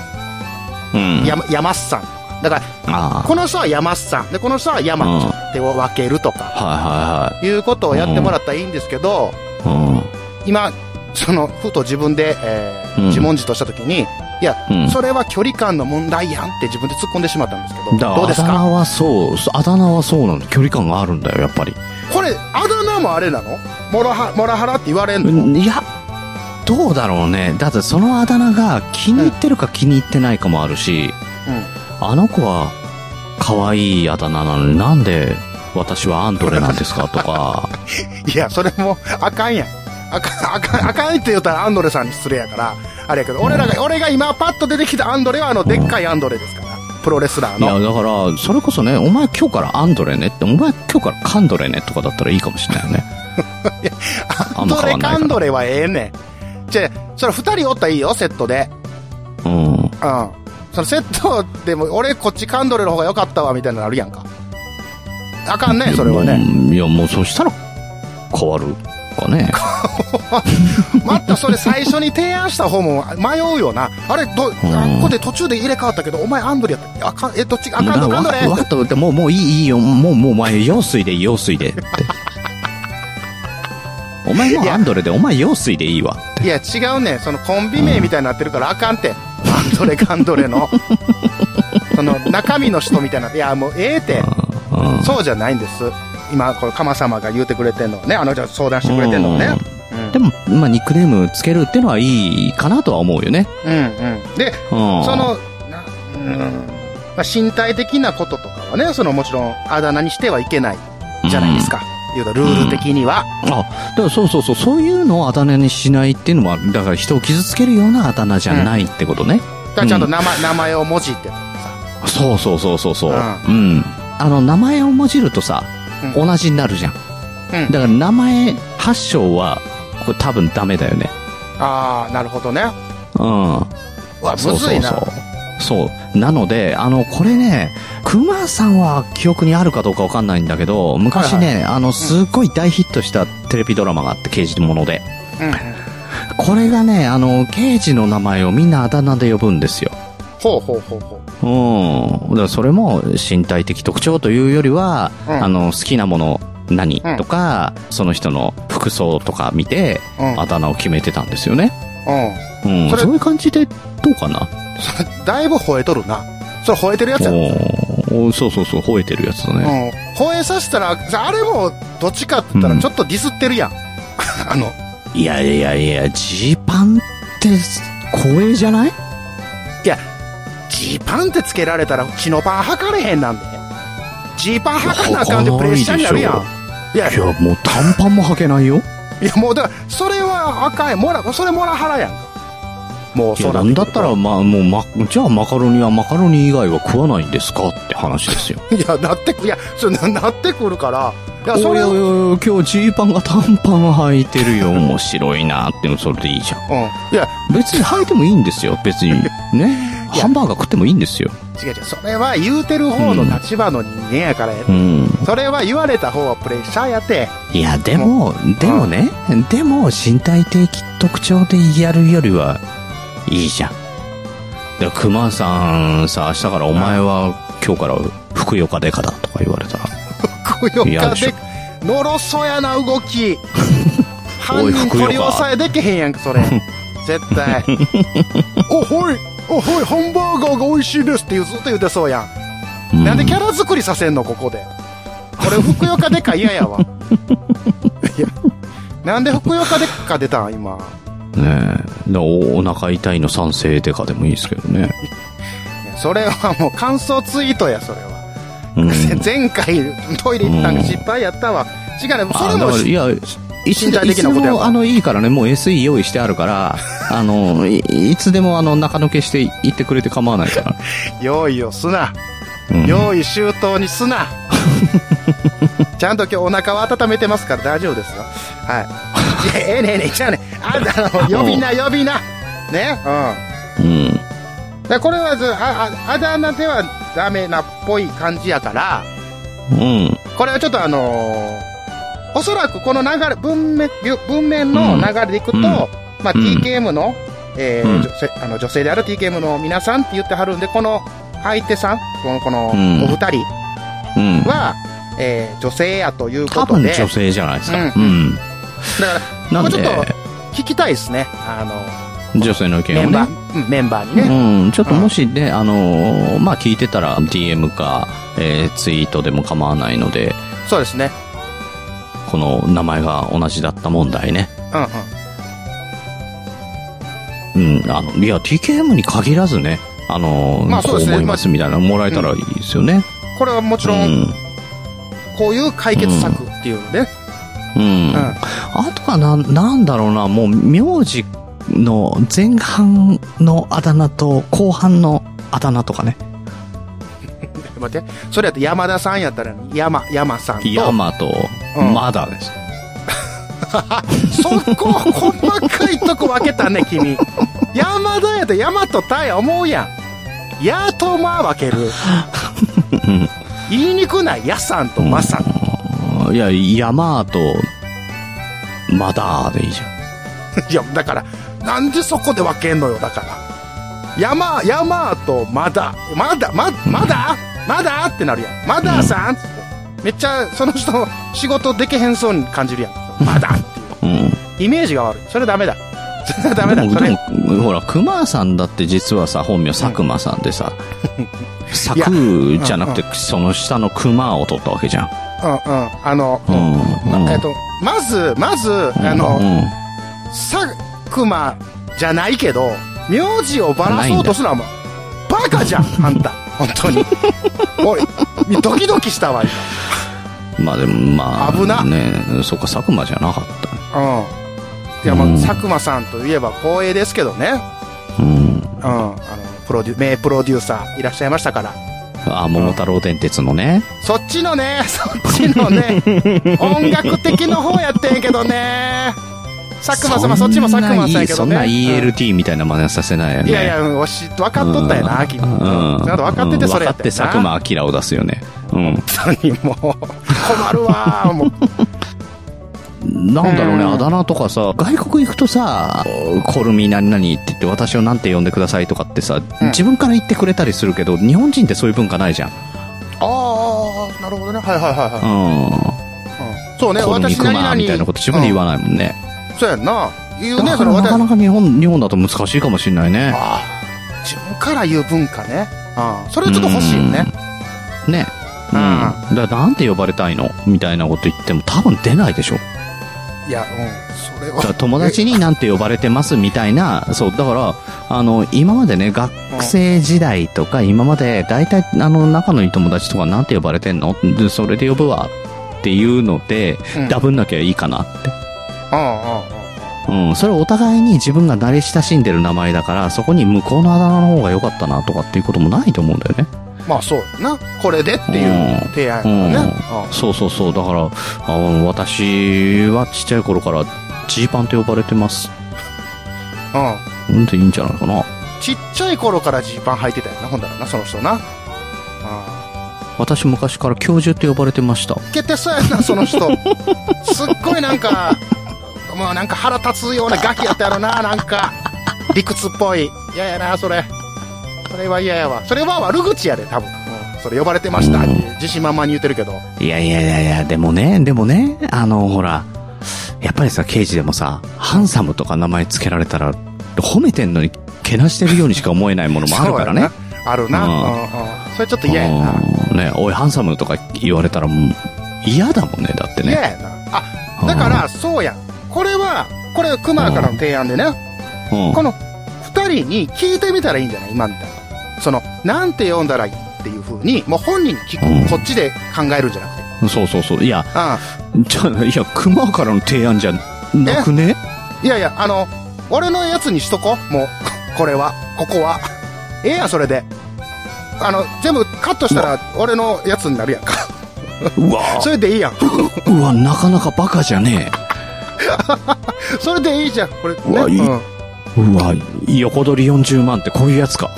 Speaker 1: うん。
Speaker 2: 山、山っさんとか。だから、
Speaker 1: ああ。
Speaker 2: この人は山っさん、で、この人は山ちゃんって分けるとか。
Speaker 1: は
Speaker 2: いうことをやってもらったらいいんですけど、
Speaker 1: いはいはい。
Speaker 2: 今、その、ふと自分で、えー
Speaker 1: うん
Speaker 2: 自問自答したときに、いや、
Speaker 1: うん
Speaker 2: それは距離感の問題やんって自分で突っ込んでしまったんですけ
Speaker 1: うん。
Speaker 2: ど、
Speaker 1: だ
Speaker 2: どう
Speaker 1: か
Speaker 2: で
Speaker 1: ら、
Speaker 2: す
Speaker 1: あだ名
Speaker 2: か
Speaker 1: はそう、あだ名はそうなんだ。距離感があるんだよ、やっぱり。
Speaker 2: これ、あだ名もあれなのモラハ、モラハラって言われんの、
Speaker 1: うんいや、どうだろうね。だってそのあだ名が気に入ってるか気に入ってないかもあるし、あの子は可愛いあだ名なのになんで私はアンドレなんですかと
Speaker 2: (laughs)
Speaker 1: か、
Speaker 2: いや、それも、あかんやん。あかん、あかん、あかんって言ったらアンドレさんに失礼やから、あれやけど、俺らが、俺が今パッと出てきたアンドレはあの、でっかいアンドレですから、プロレスラー
Speaker 1: いや、
Speaker 2: の。
Speaker 1: だから、それこそね、お前今日からアンドレねって、お前今日からカンドレねとかだったらいいかもしれない
Speaker 2: (laughs)
Speaker 1: よね。
Speaker 2: ア
Speaker 1: あ
Speaker 2: ン
Speaker 1: んま変
Speaker 2: ドレ
Speaker 1: わんないか
Speaker 2: カン
Speaker 1: ら
Speaker 2: ドレはええねん。じゃあそれ二人おったらいいよ、セットで。
Speaker 1: うん。
Speaker 2: うん。そのセットでも、俺こっちカンドレの方が良かったわ、みたいなのあるやんか。あかんね、それはね。
Speaker 1: うん。いや、もうそしたら変わるかね。
Speaker 2: またそれ最初に提案した方も迷うよな。あれ、ど、あっこで途中で入れ替わったけど、お前アンドレやった。あかん、え、どっち、あ
Speaker 1: もう
Speaker 2: かん
Speaker 1: だ
Speaker 2: ド
Speaker 1: から
Speaker 2: カンドレ。
Speaker 1: わかったわかったもう、もういい、いいよ。もう、もう、お前、用水でいい、用水
Speaker 2: (laughs)
Speaker 1: で。って。お前もうアンドレで、お前用水でいいわ。
Speaker 2: いや、違うねん。そのコンビ名みたいになってるからあかんって。アンドレカンドレ (laughs) の。その中身の人みたいな。いや、もうええって。
Speaker 1: うん。
Speaker 2: そうじゃないんです。今、このカマ様が言うてくれてんのはね。あの、じゃあ相談してくれてんのはね。うん
Speaker 1: でも、まあ、ニックネームつけるってのはいいかなとは思うよね。
Speaker 2: うんうん。で、
Speaker 1: うん。
Speaker 2: その、なうんまあ、身体的なこととかはね、そのもちろんあだ名にしてはいけないじゃないですか。いうと、ルール的には。
Speaker 1: あ、だからそうそうそう、そういうのをあだ名にしないっていうのは、だから人を傷つけるようなあだ名じゃないってことね。
Speaker 2: だからちゃんと名前、名前を文字ってとかさ。
Speaker 1: そうそうそうそうそう。う。
Speaker 2: うん
Speaker 1: あの、名前をもじるとさ、
Speaker 2: う
Speaker 1: 同じになるじゃん。
Speaker 2: うん
Speaker 1: だから名前発祥は、これ多分ダメだよね。
Speaker 2: ああ、なるほどね。
Speaker 1: うん。
Speaker 2: わ
Speaker 1: そう
Speaker 2: むずいな
Speaker 1: そうそう。そう。なので、あの、これね、熊さんは記憶にあるかどうかわかんないんだけど、昔ね、あの、すっごい大ヒットしたテレビドラマがあって、刑事もので。
Speaker 2: うんうん。
Speaker 1: これがね、あの、刑事の名前をみんなあだ名で呼ぶんですよ。
Speaker 2: ほうほうほうほう。
Speaker 1: うん。だからそれも身体的特徴というよりは、
Speaker 2: うん
Speaker 1: あの、好きなもの何、
Speaker 2: うん
Speaker 1: とか、その人の服装とか見て、
Speaker 2: うん
Speaker 1: あだ名を決めてたんですよね。
Speaker 2: う
Speaker 1: うん、
Speaker 2: そ
Speaker 1: そ
Speaker 2: れ。
Speaker 1: ういう感じでどうかなん
Speaker 2: だいぶ吠えとるな。それ吠えてるやつや。うん。
Speaker 1: おーおーそうそうそう、吠えてるやつだね。
Speaker 2: 吠えさせたら、あれも、どっちかって言った
Speaker 1: う
Speaker 2: ら、
Speaker 1: ん
Speaker 2: ちょっとディスってるやん。 (laughs) あの、
Speaker 1: いやいやいや、ジーパンって、光栄じゃない
Speaker 2: いや、ジーパンってつけられたら、血のパン履かれへんなんで。ジーパン履かなあかんでプレッシャーになるやん
Speaker 1: 履か。
Speaker 2: いや、
Speaker 1: いや、もう短パンも履けないよ。
Speaker 2: いやもうだから、それはあかんやん。もら、それもらはらやんか。もう、
Speaker 1: い
Speaker 2: そ
Speaker 1: や、
Speaker 2: うな
Speaker 1: なんんだったら、まあ、もう、ま、じゃあマカロニはマカロニ以外は食わないんですかって話ですよ。
Speaker 2: いや、なってく、いや、それななってくるから。いや、そ
Speaker 1: おい
Speaker 2: れ
Speaker 1: お
Speaker 2: を、
Speaker 1: い
Speaker 2: うん。
Speaker 1: おい、今日ジーパンが短パン履いてるよ。面白いなって、それでいいじゃん。
Speaker 2: いや、
Speaker 1: 別に履いてもいいんですよ、
Speaker 2: (laughs)
Speaker 1: 別に。ね。
Speaker 2: いや
Speaker 1: ハンバーガー食ってもいいんですよ。
Speaker 2: 違う違う、それは言うてる方の立場の人間やからや。
Speaker 1: うん。
Speaker 2: それは言われた方はプレッシャーやって。
Speaker 1: いや、でも、でもね、でも、身体的特徴でやるよりは、いいじゃん。で、熊さんさ、明日からお前は、今日から、ふくよかでかだとか言われたら、
Speaker 2: ふくよ
Speaker 1: いや
Speaker 2: か
Speaker 1: でし
Speaker 2: で、のろそやな動き。
Speaker 1: (laughs)
Speaker 2: 犯
Speaker 1: おい
Speaker 2: 人
Speaker 1: ふくよか
Speaker 2: 取り押さえできへんやんか、それ。絶
Speaker 1: (laughs)
Speaker 2: 対。おほい、おほい、ハンバーガーが美味しいですって言うずっと言うてそうやん。
Speaker 1: う
Speaker 2: なんでキャラ作りさせんのここで。これ、ふくよかでか嫌や
Speaker 1: (laughs)
Speaker 2: わ。いや、なんでふくよかでか出たん今。
Speaker 1: ねえ。でおお腹痛いの賛成でかでもいいですけどね。
Speaker 2: いやそれはもう感想ツイートや、それは。 (laughs)
Speaker 1: うん。
Speaker 2: 前回トイレ行ったんが失敗やったわ。違うね、そ
Speaker 1: あ
Speaker 2: れ
Speaker 1: だ
Speaker 2: も
Speaker 1: から、いや、いつ
Speaker 2: 身体的なこと
Speaker 1: いつ
Speaker 2: やから
Speaker 1: でもあの、いいからね、もう SE 用意してある
Speaker 2: (laughs)
Speaker 1: から、あの、いいつでもあの、中抜けして行ってくれて構わないから。
Speaker 2: 用意をすな。
Speaker 1: うん
Speaker 2: 用意周到に
Speaker 1: (laughs)
Speaker 2: すな。ちゃんと今日お腹は温めてますから大丈夫ですよ。はい。いやええねええねえ、じゃあね、あんたの、呼びな呼びな。ね、
Speaker 1: うん。
Speaker 2: うん。でこれはずあ、あ、あだ名ではダメなっぽい感じやから、
Speaker 1: うん。
Speaker 2: これはちょっとあのーおそらくこの流れ、文面、文面の流れでいくと、
Speaker 1: うん
Speaker 2: まあ、
Speaker 1: うん
Speaker 2: TKM の、えー
Speaker 1: うん
Speaker 2: 女性あの女性である TKM の皆さんって言ってはるんで、この相手さん、この、この、お
Speaker 1: うん
Speaker 2: 二人
Speaker 1: うん。
Speaker 2: は、えー女性やというこ
Speaker 1: 多
Speaker 2: と
Speaker 1: 分
Speaker 2: で、
Speaker 1: 女性じゃないですか。
Speaker 2: う
Speaker 1: うんん。
Speaker 2: だか
Speaker 1: な
Speaker 2: ら、もうんちょっ
Speaker 1: で、
Speaker 2: と聞きたいですね。あの、
Speaker 1: 女性の意見
Speaker 2: メ
Speaker 1: を
Speaker 2: ンバ
Speaker 1: ね。
Speaker 2: ー、うんメンバーに
Speaker 1: う
Speaker 2: ね。
Speaker 1: ん、ちょっともしね、あのーまあ、聞いてたら DM か、えーツイートでも構わないので、
Speaker 2: そうですね。
Speaker 1: この名前が同じだった問題ね。
Speaker 2: うんうん。
Speaker 1: うん、あの、いや、TKM に限らずね、あのー
Speaker 2: まあそうですね
Speaker 1: こう思いますみたいなのもらえたらいいですよね。
Speaker 2: これはもち
Speaker 1: う
Speaker 2: ろん、
Speaker 1: ん。
Speaker 2: こういう解決策っていうので、
Speaker 1: うん。
Speaker 2: うん
Speaker 1: あとはな、なんだろうな、もう、名字の前半のあだ名と後半のあだ名とかね。
Speaker 2: 待って、それやったら山田さんやったら、山、山さんと、
Speaker 1: ヤマと
Speaker 2: うん、
Speaker 1: マダです。
Speaker 2: そこ、細かいとこ分けた (laughs) ね、君。山田やと山と田や思うやん。やとま分け (laughs) る。言いにくないやさんとまさん。
Speaker 1: うんいや、山と、マダーでいいじゃ
Speaker 2: いや、だから、なんでそこで分けんのよ、だから。山、山とまだ、まだ、ま、まだまだってなるやん。まださんつって。めっちゃ、その人、仕事でけへんそうに感じるやん。まだっていう。
Speaker 1: ん。うん。
Speaker 2: イメージが悪い。それダメだ。それはダメ
Speaker 1: で
Speaker 2: だ。
Speaker 1: も、
Speaker 2: そ
Speaker 1: で
Speaker 2: れ
Speaker 1: も、ほら、熊さんだって実はさ、本名佐久間さんで
Speaker 2: (laughs)
Speaker 1: さ、佐
Speaker 2: いや
Speaker 1: 久じゃなくて、その下の熊を取ったわけじゃん。
Speaker 2: うんうん。あの、
Speaker 1: うん。うん
Speaker 2: えっと、まず、まず、あ
Speaker 1: う
Speaker 2: の、
Speaker 1: ん
Speaker 2: 佐久間じゃないけど、名字をばらそうとするのはもう、バ
Speaker 1: (laughs)
Speaker 2: カじゃん、あんた。本当に。おい、ドキドキしたわ、
Speaker 1: まあでも、まあ、
Speaker 2: 危な
Speaker 1: ね、そうか、佐久間じゃなかった。
Speaker 2: 今。うん。いや、まあ
Speaker 1: う、ん
Speaker 2: 佐久間さんといえば光栄ですけどね。
Speaker 1: うん。
Speaker 2: うん。あの、プロデュ、名プロデューサーいらっしゃいましたから。
Speaker 1: あ、桃太郎電鉄のね。
Speaker 2: そっちのね、 (laughs) そっちのね、音楽的の方やってんけどね。佐久間様、そっちも佐久間さんやけどね。
Speaker 1: そんな
Speaker 2: うん
Speaker 1: ELT みたいな真似はさせないよね。
Speaker 2: いやいや、うんわし、分かっとったよな、君。
Speaker 1: う
Speaker 2: うんん。ちゃんと分かってて、それやったよな。
Speaker 1: 分かって佐久間明を出すよね。う
Speaker 2: 本当にもう、 (laughs) 困るわ、もう。
Speaker 1: ん。なんだろうね、
Speaker 2: うん
Speaker 1: あだ名とかさ、外国行くとさ、コルミ何々って言って私をなんて呼んでくださいとかってさ、
Speaker 2: ん
Speaker 1: 自分から言ってくれたりするけど、日本人ってそういう文化ないじゃん。
Speaker 2: ああ、なるほどね。はいはいはいは
Speaker 1: うん。
Speaker 2: い。うんそうね、
Speaker 1: コルミ
Speaker 2: 私
Speaker 1: ク
Speaker 2: 何々
Speaker 1: マみたいなこと自分で言わないもんね。
Speaker 2: うんそうやんな。言うね、
Speaker 1: なか
Speaker 2: その
Speaker 1: なか
Speaker 2: 私、
Speaker 1: なか日本、日本だと難しいかもしれないね。
Speaker 2: ああ、自分から言う文化ね。うん。それちょっと欲しいよね。
Speaker 1: ね。うん。
Speaker 2: あ
Speaker 1: だからなんて呼ばれたいのみたいなこと言っても多分出ないでしょ。
Speaker 2: いや、うん。それ
Speaker 1: だから
Speaker 2: は。
Speaker 1: 友達になんて呼ばれてますみたいな、そう、だから、あの、今までね、学生時代とか、今まで、大体、あの、仲のいい友達とか、なんて呼ばれてんのでそれで呼ぶわ。っていうので
Speaker 2: うん、
Speaker 1: ダブんなきゃいいかなって。
Speaker 2: うんうんうん。
Speaker 1: うん、それお互いに自分が慣れ親しんでる名前だから、そこに向こうのあだ名の方が良かったなとかっていうこともないと思うんだよね。
Speaker 2: まあそうやな。これでっていう提案やね。
Speaker 1: そうそうそう。だから、あ私はちっちゃい頃から、ジーパンと呼ばれてます。
Speaker 2: うん。う
Speaker 1: う
Speaker 2: ん。
Speaker 1: んでいいんじゃないかな。
Speaker 2: ちっちゃい頃からジーパン履いてたよな、ほんだらな、その人な。あ
Speaker 1: 私昔から教授って呼ばれてました。
Speaker 2: あ。いけてそうや
Speaker 1: (laughs)
Speaker 2: な、その人。すっごいなんか、もうなんか腹立つようなガキやったやろな、なんか。理屈っぽい。嫌やな、それ。それは嫌やわ。それは悪口やで、多分。うん。それ呼ばれてましたっていう自信満々に言ってるけど。
Speaker 1: いやいやいやいや、でもね、でもね、あの、ほら、やっぱりさ、刑事でもさ、ハンサムとか名前つけられたら、褒めてんのに、けなしてるようにしか思えないものもあるからね。
Speaker 2: そうやな。あるな。う
Speaker 1: うんん
Speaker 2: うん。それちょっと嫌やな。
Speaker 1: うんね、おい、ハンサムとか言われたらもう、嫌だもんね、だって
Speaker 2: 嫌
Speaker 1: ね。
Speaker 2: やな。あ、だから、そうや。これは、これ、熊からの提案でね。
Speaker 1: うん。
Speaker 2: この二人に聞いてみたらいいんじゃない今みたいな。その、なんて読んだらいいっていう風に、もう本人に聞く。
Speaker 1: うん
Speaker 2: こっちで考えるんじゃなくて。
Speaker 1: そうそうそう。いや、
Speaker 2: あ
Speaker 1: じゃあ、いや、熊からの提案じゃなくね
Speaker 2: あいやいや、あの、俺のやつにしとこう。もう、これは、ここは。ええやん、それで。あの、全部カットしたら、俺のやつになるやんか。
Speaker 1: うわ
Speaker 2: それでいいやん。
Speaker 1: うわ、なかなかバカじゃね
Speaker 2: それでいいじゃん、これ。ね、
Speaker 1: うわいい
Speaker 2: うん
Speaker 1: え。うわ、横取り40万ってこういうやつか。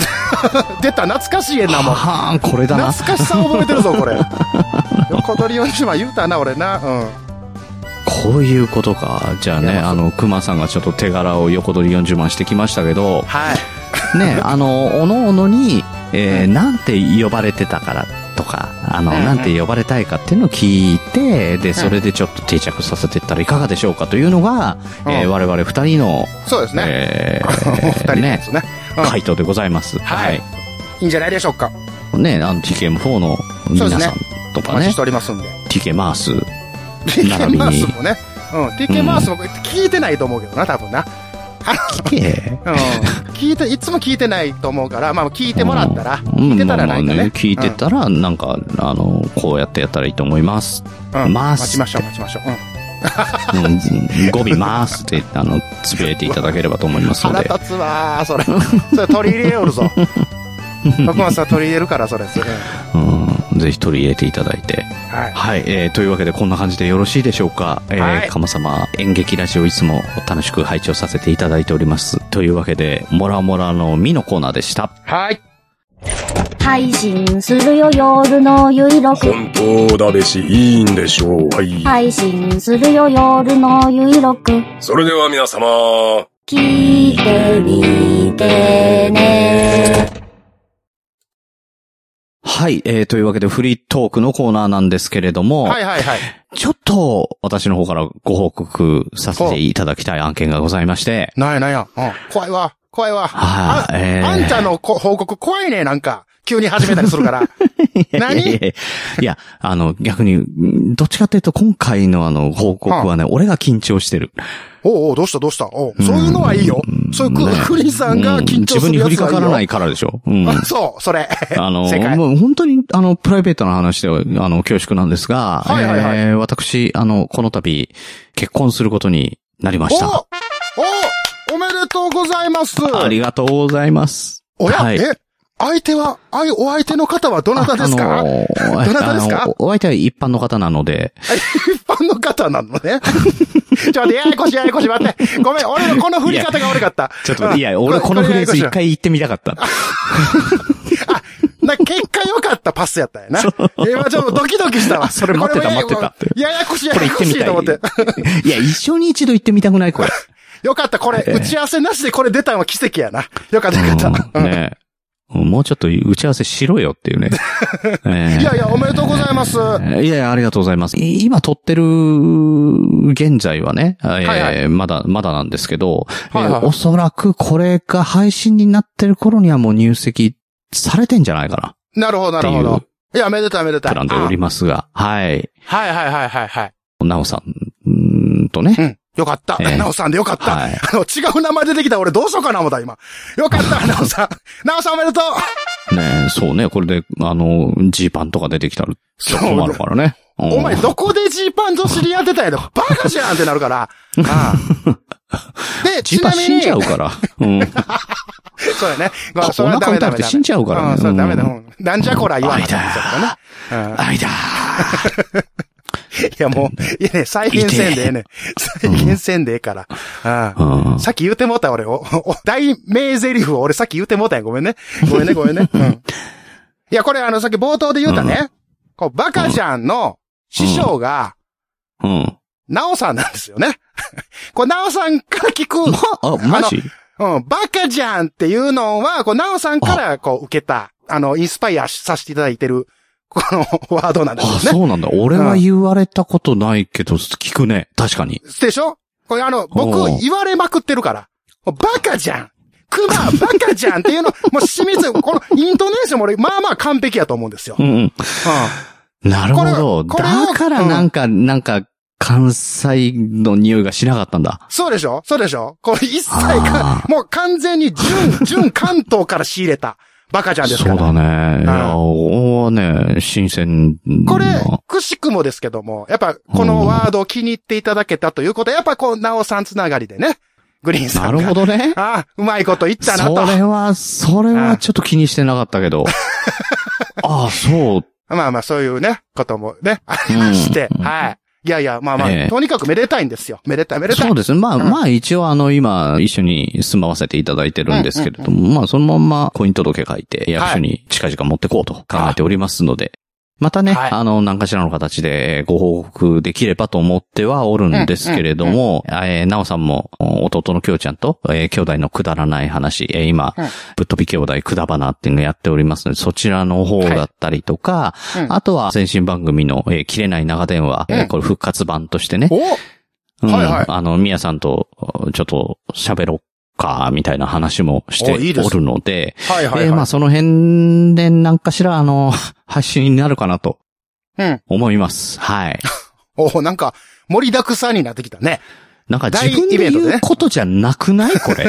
Speaker 2: 出た、懐かしいえな、もう。
Speaker 1: はーん、これだな。
Speaker 2: 懐かしさ覚えて
Speaker 1: (laughs)
Speaker 2: るぞ、これ。横取り40万言うたな、俺な。うん。
Speaker 1: こういうことか。じゃあ
Speaker 2: い
Speaker 1: ね、
Speaker 2: や
Speaker 1: あの、熊さんがちょっと手柄を横取り40万してきましたけど、
Speaker 2: は
Speaker 1: (laughs)
Speaker 2: い。
Speaker 1: ね、あの、おのおのに、えーなんて呼ばれてたからとか、あの、
Speaker 2: うんうん
Speaker 1: なんて呼ばれたいかっていうのを聞いて、で、それでちょっと定着させていったらいかがでしょうかというのが、えー
Speaker 2: うん
Speaker 1: 我々二人の、
Speaker 2: そうですね。
Speaker 1: え (laughs)
Speaker 2: お二
Speaker 1: ー
Speaker 2: 人のや
Speaker 1: ね
Speaker 2: つ、ね。うん
Speaker 1: 回答でございます。
Speaker 2: はいいいんじゃないでしょうか。
Speaker 1: はい。ね、あの、TKM4 の
Speaker 2: そうです
Speaker 1: 皆
Speaker 2: ね
Speaker 1: さんと
Speaker 2: お
Speaker 1: か
Speaker 2: 待
Speaker 1: ね
Speaker 2: ちして、おりますんで。
Speaker 1: TK マース、並
Speaker 2: TK
Speaker 1: び
Speaker 2: マー
Speaker 1: に
Speaker 2: スもね。うん、TK マースも聞いてないと思うけどな、多分な。
Speaker 1: TK、 (laughs)
Speaker 2: うん。聞いて、いつも聞いてないと思うから、まあ聞いてもらったら、
Speaker 1: うん
Speaker 2: 聞いてたらなんか
Speaker 1: まあまあ
Speaker 2: ね。
Speaker 1: 聞いてたら、なんか、あの、こうやってやったらいいと思います。
Speaker 2: うん、うん
Speaker 1: まーす
Speaker 2: 待ちましょう、待ちましょう。うん。
Speaker 1: うん語尾ますって、あの、つぶやいていただければと思いますの
Speaker 2: 腹
Speaker 1: で。
Speaker 2: 立つわー、
Speaker 1: (laughs)
Speaker 2: それ。それ取り入れよるぞ。僕もさ、取り入れるから、それ。それうん
Speaker 1: うん、ぜひ取り入れていただいて。
Speaker 2: はい。
Speaker 1: はい、えー、というわけでこんな感じでよろしいでしょうか。えー、
Speaker 2: はい
Speaker 1: かまさま演劇ラジオいつも楽しく拝聴させていただいております。というわけで、モラモラのみのコーナーでした。
Speaker 2: はい。
Speaker 4: 配信するよ夜のゆいろく
Speaker 5: 本当だべし、いいんでしょう。はい。
Speaker 4: 配信するよ夜のゆいろく
Speaker 5: それでは皆様。
Speaker 4: 聞いてみてね
Speaker 1: はい、えー、というわけでフリートークのコーナーなんですけれども、
Speaker 2: はいはいはい。
Speaker 1: ちょっと私の方からご報告させていただきたい案件がございまして、
Speaker 2: なんやなんや。うん。怖いわ。怖いわ。
Speaker 1: はい、
Speaker 2: あ
Speaker 1: えー
Speaker 2: あんちゃんのこ報告怖いね、なんか。急に始めたりす
Speaker 1: (laughs)
Speaker 2: るから。何
Speaker 1: いやいやいやいや、あの、逆に、んどっちかっていうと今回のあの、報告はね、俺が緊張してる。
Speaker 2: おうおう、どうしたどうしたおうそういうのはいいよ。そういうク、クリーンさんが緊張
Speaker 1: うん自
Speaker 2: す
Speaker 1: 分に
Speaker 2: るやつはいい
Speaker 1: 降り
Speaker 2: よ
Speaker 1: かからないからでしょ。うん。
Speaker 2: あ (laughs) そう、それ。
Speaker 1: あの
Speaker 2: 世界、
Speaker 1: もう本当に、あの、プライベートな話では、あの、恐縮なんですが、
Speaker 2: はいはいはい
Speaker 1: えー私、あの、この度、結婚することになりま
Speaker 2: お
Speaker 1: し
Speaker 2: お
Speaker 1: た。
Speaker 2: おおめでとうございます。
Speaker 1: ありがとうございます。
Speaker 2: おや、
Speaker 1: はい
Speaker 2: え、相手は、あいお相手の方はどなたですか、
Speaker 1: あのー
Speaker 2: どなたですか
Speaker 1: あのお相手は一般の方なので、
Speaker 2: 一般の方なのね。 (laughs) ちょっと待って、ややこしいややこしい、待って。ごめん、俺のこの振り方が悪かった。
Speaker 1: ちょっと、いや、俺このフレーズ一回言ってみたかった。
Speaker 2: (laughs) な、結果良かったパスやったんやな。今ちょっとドキドキしたわ。
Speaker 1: あそれ待ってた待ってたって
Speaker 2: ややこしい、や
Speaker 1: これ
Speaker 2: や
Speaker 1: 言って
Speaker 2: こし
Speaker 1: み
Speaker 2: いと思って。
Speaker 1: たい。いや、一生に一度言ってみたくないこ
Speaker 2: (laughs)
Speaker 1: れ。
Speaker 2: よかった、これ、打ち合わせなしでこれ出たのは奇跡やな。よかった、よかった。
Speaker 1: うんねもうちょっと打ち合わせしろよっていう
Speaker 2: (laughs)
Speaker 1: ね。えー
Speaker 2: いやいや、おめでとうございます。はい
Speaker 1: やいや、ありがとうございます。い今撮ってる現在はね、えー
Speaker 2: いはい
Speaker 1: まだ、まだなんですけど、
Speaker 2: はいはい
Speaker 1: えーおそらくこれが配信になってる頃にはもう入籍されてんじゃないか
Speaker 2: い。なるほど、なるほ
Speaker 1: っ
Speaker 2: ど。いや、めでたいめで
Speaker 1: な、
Speaker 2: たい。
Speaker 1: プランでおりますが、はい。
Speaker 2: あはいはいはいはいはい。
Speaker 1: なおさんんとね
Speaker 2: う、ん。よかった。
Speaker 1: ええ
Speaker 2: なおさんでよかった。
Speaker 1: はい
Speaker 2: あの、違う名前出てきた俺どうしようかな思った、今。
Speaker 1: (laughs)
Speaker 2: よかった、なおさん。なおさんおめでとう
Speaker 1: ねえ、そうね、これで、あの、ジーパンとか出てきたら
Speaker 2: そう
Speaker 1: 困るからね。うん
Speaker 2: お前どこでジーパンと知り合ってたんやで、バカじゃんってな
Speaker 1: (laughs)
Speaker 2: るから。ああで、
Speaker 1: ジー
Speaker 2: ち
Speaker 1: パ
Speaker 2: な
Speaker 1: ン
Speaker 2: みに、
Speaker 1: 死んじゃうから。うん。
Speaker 2: そうやね。まあ、
Speaker 1: こ
Speaker 2: それはダメだ
Speaker 1: お腹痛くて死んじゃうからね
Speaker 2: ん、それはダメだ。
Speaker 1: う
Speaker 2: うんなんじゃこら言わ
Speaker 1: あ
Speaker 2: ない
Speaker 1: い
Speaker 2: と
Speaker 1: た
Speaker 2: かね。うん
Speaker 1: あいだ
Speaker 2: いや、もう、いやね、再現せんでええねん。再現せんでええから。
Speaker 1: う
Speaker 2: うん
Speaker 1: ん
Speaker 2: さっき言うてもうた俺、お、お、大名台詞を俺さっき言うてもうたんや。ごめんね。ごめんね、ごめんね。うん。いや、これあの、さっき冒頭で言うたね。こう、バカちゃんの師匠が、
Speaker 1: うん。
Speaker 2: ナオさんなんですよね。 (laughs) これ、ナオさんから聞く、
Speaker 1: あ、マジ
Speaker 2: うん、バカじゃんっていうのは、こう、ナオさんから、こう、受けた、あの、インスパイアさせていただいてる、このワードなんですよ
Speaker 1: あ、
Speaker 2: ね。
Speaker 1: そうなんだ。俺は言われたことないけど、聞くね。確かに。
Speaker 2: でしょこれあの、僕
Speaker 1: おう
Speaker 2: 言われまくってるから。もうバカじゃんクマバカじゃんっていうの、 (laughs) もう清水、このイントネーションも俺、まあまあ完璧やと思うんですよ。う。
Speaker 1: うんんうん。なるほど。
Speaker 2: これこれを
Speaker 1: だからなんか、なんか、関西の匂いがしなかったんだ。
Speaker 2: そうでしょそうでしょこれ一切か
Speaker 1: あ、
Speaker 2: もう完全に純、純関東から仕入れたバカじゃんですか
Speaker 1: そ
Speaker 2: ら。
Speaker 1: うだね。いや、おーね、新鮮な。
Speaker 2: これ、くしくもですけども、やっぱこのワードを気に入っていただけたということは、やっぱこう、なおさんつながりでね、グリーンさ
Speaker 1: なん
Speaker 2: が。
Speaker 1: るほどね。
Speaker 2: ああ、うまいこと言ったなと。
Speaker 1: それは、それはちょっと気にしてなかった
Speaker 2: (laughs)
Speaker 1: けど。ああ、そう。
Speaker 2: まあまあ、そういうね、こともね、ありまして、はい。いやいや、まあまあ、
Speaker 1: ええ
Speaker 2: とにかくめでたいんですよ。めでたい、めでたい。
Speaker 1: そうですね。まあ、まあ一応あの今一緒に住まわせていただいてるんですけれども、まあそのまんま婚姻届書いて役所に近々持ってこうと考えておりますので、またね、
Speaker 2: はい
Speaker 1: あの何かしらの形でご報告できればと思ってはおるんですけれども、えーなおさんも弟のきょうちゃんと、えー兄弟のくだらない話、えー今、ぶっ飛び兄弟くだばなっていうのやっておりますので、そちらの方だったりとか、
Speaker 2: うん
Speaker 1: あとは先進番組の、えー切れない長電話、えーこれ復活版としてね、
Speaker 2: お
Speaker 1: うん
Speaker 2: はいはい
Speaker 1: あの、みやさんと、ちょっと喋ろっか、みたいな話もして
Speaker 2: おいいです
Speaker 1: おるので、
Speaker 2: はいはいはい。
Speaker 1: えーまあ、その辺で何かしら、あの、 (laughs) 発信になるかなと
Speaker 2: うん。
Speaker 1: 思います。
Speaker 2: (laughs)
Speaker 1: はい。
Speaker 2: おなんか、盛りだくさんになってきたね。
Speaker 1: なんか自分で
Speaker 2: 大イベントで
Speaker 1: 言
Speaker 2: ね
Speaker 1: うことじゃなくないこれ。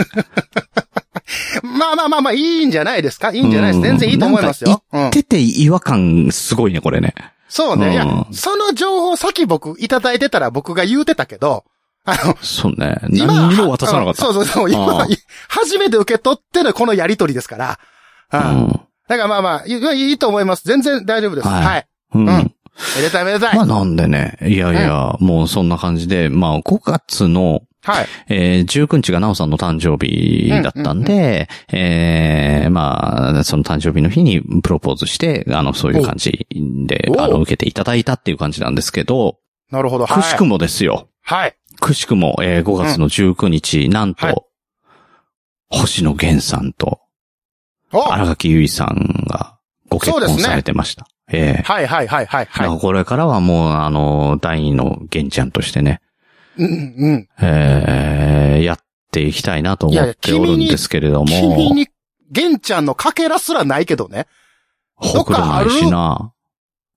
Speaker 2: まあまあまあまあ、いいんじゃないですかい (laughs) いんじゃないです。全然いいと思います
Speaker 1: なん
Speaker 2: よ
Speaker 1: か。
Speaker 2: う
Speaker 1: 言
Speaker 2: ん
Speaker 1: っ。てて違和感すごいね、これね。
Speaker 2: そうね。いや、
Speaker 1: うん
Speaker 2: その情報さっき僕いただいてたら僕が言うてたけど、あの、
Speaker 1: そうね。
Speaker 2: 今、
Speaker 1: 何にも渡さなかった。
Speaker 2: うんそうそうそう。今
Speaker 1: ああ、
Speaker 2: 初めて受け取ってのこのやりとりですから。うん
Speaker 1: うん
Speaker 2: だからまあまあ、いいいいと思います。全然大丈夫です。
Speaker 1: はい
Speaker 2: はい。
Speaker 1: うん
Speaker 2: うんめでたいめでたい。
Speaker 1: まあなんでね、いやいや、もうそんな感じで、まあ5月の、
Speaker 2: はい。
Speaker 1: えー、19日がなおさんの誕生日だったんで、えーまあ、その誕生日の日にプロポーズして、あの、そういう感じで
Speaker 2: お、お
Speaker 1: あの、受けていただいたっていう感じなんですけど、
Speaker 2: なるほど。はい
Speaker 1: くしくもですよ。
Speaker 2: はい。
Speaker 1: くしくも、えー5月の19日、なんと、
Speaker 2: はい
Speaker 1: 星野源さんと
Speaker 2: おは
Speaker 1: 荒垣結衣さんがご結
Speaker 2: そうです
Speaker 1: 婚
Speaker 2: ね
Speaker 1: されてました。ええ
Speaker 2: いはいはいは
Speaker 1: だ
Speaker 2: い
Speaker 1: から
Speaker 2: は
Speaker 1: これからはもう、あの、第二の源ちゃんとしてね、
Speaker 2: い。うんうん。
Speaker 1: えーやっていきたいなと思っておるんですけれども。
Speaker 2: 君に、玄ちゃんのかけらすらないけどね。
Speaker 1: ほくろないしな。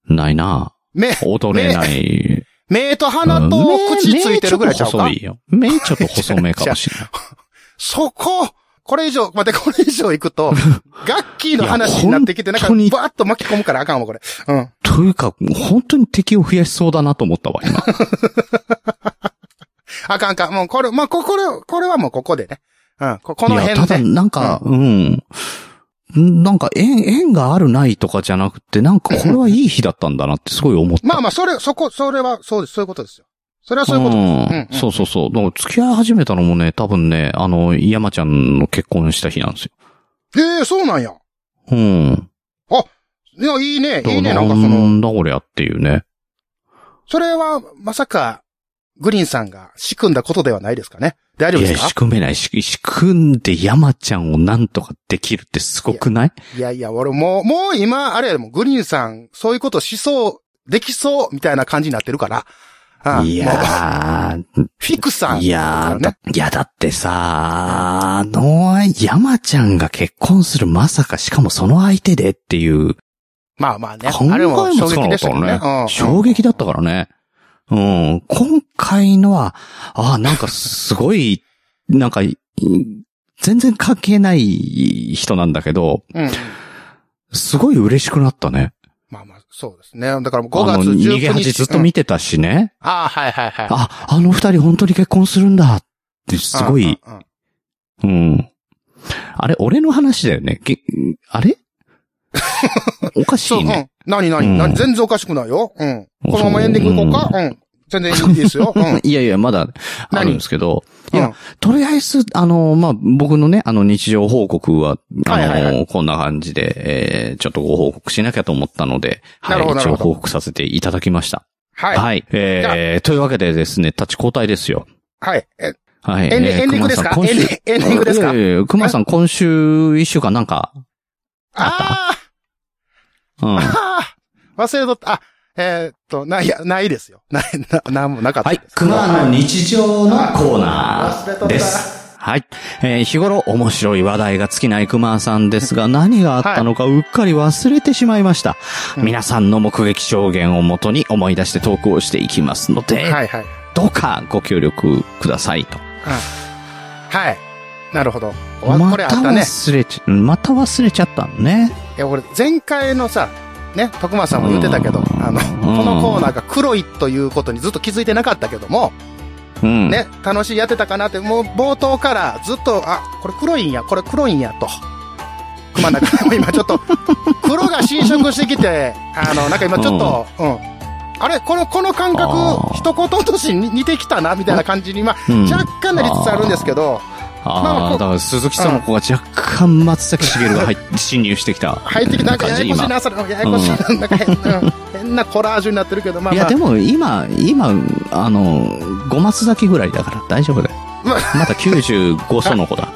Speaker 1: ないな。
Speaker 2: 目、
Speaker 1: 踊れない。
Speaker 2: 目と鼻と口ついてるぐらいちゃうか
Speaker 1: 目。ちょっと細いよ。目ちょっと細めかもしれ
Speaker 2: (laughs)
Speaker 1: ない。
Speaker 2: そここれ以上、待って、これ以上行く
Speaker 1: (laughs)
Speaker 2: と、ガッキーの話になってきて、
Speaker 1: い
Speaker 2: な
Speaker 1: や
Speaker 2: んか、
Speaker 1: 本当に
Speaker 2: バーっと巻き込むからあかんわ、これ。うん。
Speaker 1: というか、本当に敵を増やしそうだなと思ったわ、
Speaker 2: (laughs)
Speaker 1: 今。
Speaker 2: あかんあかん。もう、これ、まあ、ここれ、これはもうここでね。うん。ここの
Speaker 1: いや、
Speaker 2: 辺
Speaker 1: ただ、
Speaker 2: で。
Speaker 1: なんか、うん。なんか、縁、縁があるないとかじゃなくて、なんか、これはいい日だったんだなってすごい思った。
Speaker 2: まあまあ、それ、そこ、それは、そうです。そういうことですよ。それはそういうことで
Speaker 1: ん
Speaker 2: す。うんうん
Speaker 1: そうそうそう。だから付き合い始めたのもね、多分ね、あの、山ちゃんの結婚した日なんですよ。
Speaker 2: ええそうなんや。
Speaker 1: うん。
Speaker 2: いや、いいね。
Speaker 1: だ
Speaker 2: いいね。
Speaker 1: ら
Speaker 2: なんかそ
Speaker 1: な
Speaker 2: の、
Speaker 1: んだこりゃっていうね。
Speaker 2: それは、まさか、グリーンさんが仕組んだことではないですかね。大丈夫
Speaker 1: い
Speaker 2: で
Speaker 1: や、
Speaker 2: すか
Speaker 1: 仕組めない。仕仕組んで山ちゃんをなんとかできるってすごくない
Speaker 2: いやいや、俺もう、もう今、あれやでも、グリーンさん、そういうことしそう、できそう、みたいな感じになってるから。うん
Speaker 1: い
Speaker 2: もう
Speaker 1: やー、
Speaker 2: フィクさん、
Speaker 1: いやー、
Speaker 2: ね
Speaker 1: だ。いや、だってさ、あの、山ちゃんが結婚するまさか、しかもその相手でっていう、
Speaker 2: まあまあね。
Speaker 1: 考え
Speaker 2: あれも
Speaker 1: も
Speaker 2: 衝
Speaker 1: つかな
Speaker 2: 撃
Speaker 1: か
Speaker 2: で
Speaker 1: っ
Speaker 2: した
Speaker 1: た
Speaker 2: けど
Speaker 1: ね
Speaker 2: ね。うん。
Speaker 1: 衝撃だったからね。うん。今回のは、ああ、なんかすごい、なんか、い全然関係ない人なんだけど、
Speaker 2: うん。
Speaker 1: すごい嬉しくなったね。
Speaker 2: まあまあ、そうですね。だからもう5
Speaker 1: あ
Speaker 2: 月
Speaker 1: の、逃げ
Speaker 2: 19
Speaker 1: 恥
Speaker 2: 日。
Speaker 1: ずっと見てたしね。
Speaker 2: うんああ、はいはいはい。
Speaker 1: あ、あの二人本当に結婚するんだって、すごい、
Speaker 2: うん。うんうん
Speaker 1: うん。あれ、俺の話だよね。げあ
Speaker 2: (laughs)
Speaker 1: れおかし
Speaker 2: そう、う
Speaker 1: いね。
Speaker 2: ん。何
Speaker 1: うん
Speaker 2: 何何全然おかしくないよ。うん。このままエンディングいこうか。うん。全然いいですよ。うん。うん。
Speaker 1: (laughs) いやいや、まだあるんですけど。いや
Speaker 2: うん、
Speaker 1: とりあえず、あの、まあ、僕のね、あの、日常報告は、あ
Speaker 2: はいはいは
Speaker 1: の、こんな感じで、えー、ちょっとご報告しなきゃと思ったので、は
Speaker 2: なる
Speaker 1: い、
Speaker 2: ほど
Speaker 1: 一
Speaker 2: な
Speaker 1: 応
Speaker 2: るほど
Speaker 1: 報告させていただきました。
Speaker 2: はい。はい。
Speaker 1: はい。えー、というわけでですね、立ち交代ですよ。
Speaker 2: え
Speaker 1: はい。
Speaker 2: エンディ
Speaker 1: えー
Speaker 2: エンディングですか
Speaker 1: 熊さん今週
Speaker 2: エンディエンディングですか
Speaker 1: いやいやいや熊さん、今週一週間なんか、
Speaker 2: あ
Speaker 1: うん。
Speaker 2: あああ忘れとった。あ、えーっと、ない、いやないですよ。ない、な、なんもなかった
Speaker 1: はい
Speaker 2: です。。
Speaker 1: 熊の日常のコーナーです。はい。えー日頃面白い話題が尽きない熊さんですが、何があったのかうっかり忘れてしまいました。皆さんの目撃証言をもとに思い出して投稿していきますので、
Speaker 2: はいはい。
Speaker 1: どうかご協力くださいと。
Speaker 2: はい。なるほど。わ
Speaker 1: ま
Speaker 2: これ
Speaker 1: た
Speaker 2: あったね。
Speaker 1: 忘れちゃ、また忘れちゃったのね。
Speaker 2: いや、俺、前回のさ、ね、徳間さんも言ってたけど、
Speaker 1: うん
Speaker 2: あの、
Speaker 1: うん
Speaker 2: このコーナーが黒いということにずっと気づいてなかったけども、
Speaker 1: うん。
Speaker 2: ね、楽しいやってたかなって、もう冒頭からずっと、あ、これ黒いんや、これ黒いんや、と。熊中 (laughs) さんも今ちょっと、黒が侵食してきて、あの、なんか今ちょっと、うん。あれこの、この感
Speaker 1: あー
Speaker 2: 覚、一言としてに似てきたな、みたいな感じに、今、
Speaker 1: うん
Speaker 2: 若干なりつつあるんですけど、ま
Speaker 1: あ
Speaker 2: あ
Speaker 1: あ、
Speaker 2: こう
Speaker 1: だから鈴木さんの子が若干松崎しげるが入っ侵入してきた。
Speaker 2: 入ってきて、なんかややこしいな、それ。ややこしいな、なんか変な、うん変なコラージュになってるけど、まあ
Speaker 1: い
Speaker 2: ま
Speaker 1: や、
Speaker 2: あ
Speaker 1: で。も今、今、あの、五松咲ぐらいだから大丈夫だよ。
Speaker 2: ま
Speaker 1: まだ95その子だ。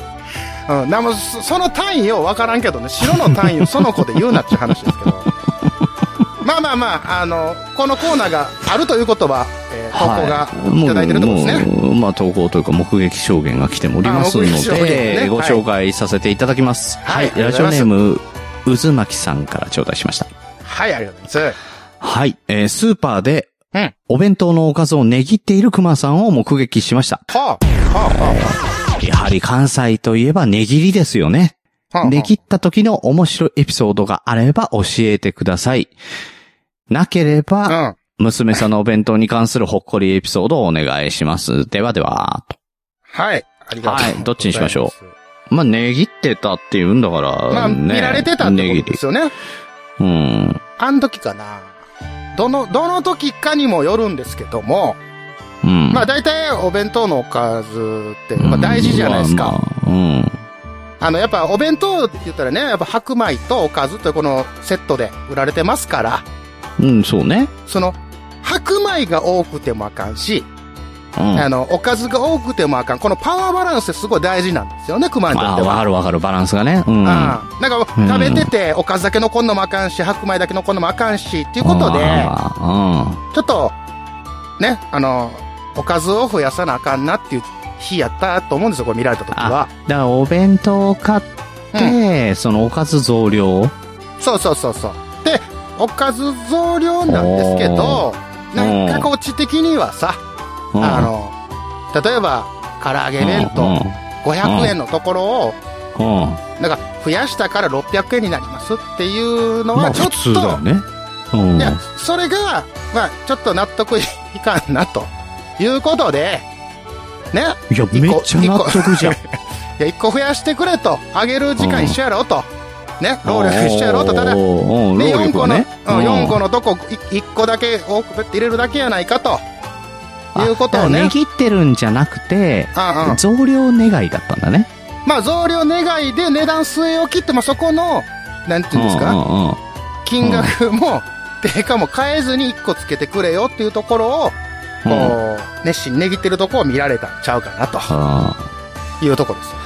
Speaker 2: うん、なんもそその単位を分からんけどね、白の単位をその子で言うなっていう話ですけ
Speaker 1: (laughs)
Speaker 2: ど。まあまあまあ、あの、このコーナーがあるという (laughs) ことは、えー投稿がいただいてるってことですね。
Speaker 1: はいもうもうまあ、投稿というか目撃証言が来ておりますの
Speaker 2: あ目撃証言
Speaker 1: で、
Speaker 2: ねはい
Speaker 1: ご紹介させていただきます。は。
Speaker 2: はいいあり
Speaker 1: ラ
Speaker 2: が
Speaker 1: ジ
Speaker 2: と
Speaker 1: オ
Speaker 2: うござ
Speaker 1: ネ
Speaker 2: い
Speaker 1: ーム、渦巻さんから頂戴しました。
Speaker 2: はい、ありがとうございます。
Speaker 1: はい。えースーパーで、
Speaker 2: うん
Speaker 1: お弁当のおかずをねぎっている熊さんを目撃しました。
Speaker 2: はあ、はあ、は
Speaker 1: やはり関西といえばねぎりですよね。
Speaker 2: あ、はあ。
Speaker 1: で切った時の面白いエピソードがあれば教えてください。なけれ
Speaker 2: う
Speaker 1: ば、
Speaker 2: ん。
Speaker 1: 娘さんのお弁当に関するほっこりエピソードをお願いします。ではでは、
Speaker 2: はい、ありがとうございます。
Speaker 1: はいどっちにしましょと。まあ、ねぎってたって言うんだから、
Speaker 2: まあ、
Speaker 1: ね、
Speaker 2: 見られてたってこと
Speaker 1: ねぎ
Speaker 2: ですよね。
Speaker 1: うん。
Speaker 2: あの時かな。どの、どの時かにもよるんですけども、
Speaker 1: うん。
Speaker 2: まあ
Speaker 1: あ、
Speaker 2: 大体お弁当のおかずって、まあ大事じゃないですか。
Speaker 1: まあうん。
Speaker 2: あの、やっぱお弁当って言ったらね、やっぱ白米とおかずというこのセットで売られてますから、
Speaker 1: うん、そうね。
Speaker 2: その、白米が多くてもあかんし、
Speaker 1: うん。
Speaker 2: あの、おかずが多くてもあかん。このパワーバランスってすごい大事なんですよね、熊にとっ
Speaker 1: あ
Speaker 2: て
Speaker 1: あ、わ
Speaker 2: は。
Speaker 1: かるわかる、バランスがね。うん。
Speaker 2: ああなんか
Speaker 1: うん
Speaker 2: 食べてて、おかずだけ残んのもあかんし、白米だけ残んのもあかんし、っていうことで、
Speaker 1: あ
Speaker 2: ちょっと、ね、あの、おかずを増やさなあかんなっていう日やったと思うんですよ、これ見られた時は
Speaker 1: あ。うん。だから、お弁当を買って、そのおかず増量。
Speaker 2: そうそうそうそう。で、おかず増量なんですけど、なんかこう、知的にはさ、
Speaker 1: うん
Speaker 2: あ、の、例えば、唐揚げ弁当、500円のところを、
Speaker 1: うん。うん。うん
Speaker 2: なんか、増やしたから600円になりますっていうの
Speaker 1: ま
Speaker 2: は、
Speaker 1: あ
Speaker 2: ちょっ
Speaker 1: 普通だよ
Speaker 2: と、
Speaker 1: ね。うん。
Speaker 2: いや、それが、まあ、ちょっと納得いかんな、ということで、ね、
Speaker 1: いや、
Speaker 2: 一個
Speaker 1: めっちゃ納得じゃん。
Speaker 2: いや、1個増やしてくれと、あげる時間一緒やろと、ね、労力一緒やろと、ただ、
Speaker 1: おーおー
Speaker 2: で、
Speaker 1: 労
Speaker 2: 4
Speaker 1: 力
Speaker 2: 個
Speaker 1: は
Speaker 2: の、
Speaker 1: ね。
Speaker 2: うん、4個
Speaker 1: の。
Speaker 2: のとこ、1個だけ多く入れるだけやないかと、
Speaker 1: あ
Speaker 2: いうこ
Speaker 1: だ
Speaker 2: とを
Speaker 1: から
Speaker 2: ね
Speaker 1: ね。ぎってるんじゃなくて、
Speaker 2: うんうん。
Speaker 1: 増量願いだったんだね。
Speaker 2: まあ、増量願いで値段据え置きって、まあ、そこの、なんていうんですか、
Speaker 1: う
Speaker 2: 金額も、定価も変えずに1個つけてくれよっていうところを、こ
Speaker 1: んうんうん。うん
Speaker 2: う、熱心にねぎってるとこを見られたんちゃうかなと
Speaker 1: あ
Speaker 2: いうとこですよね。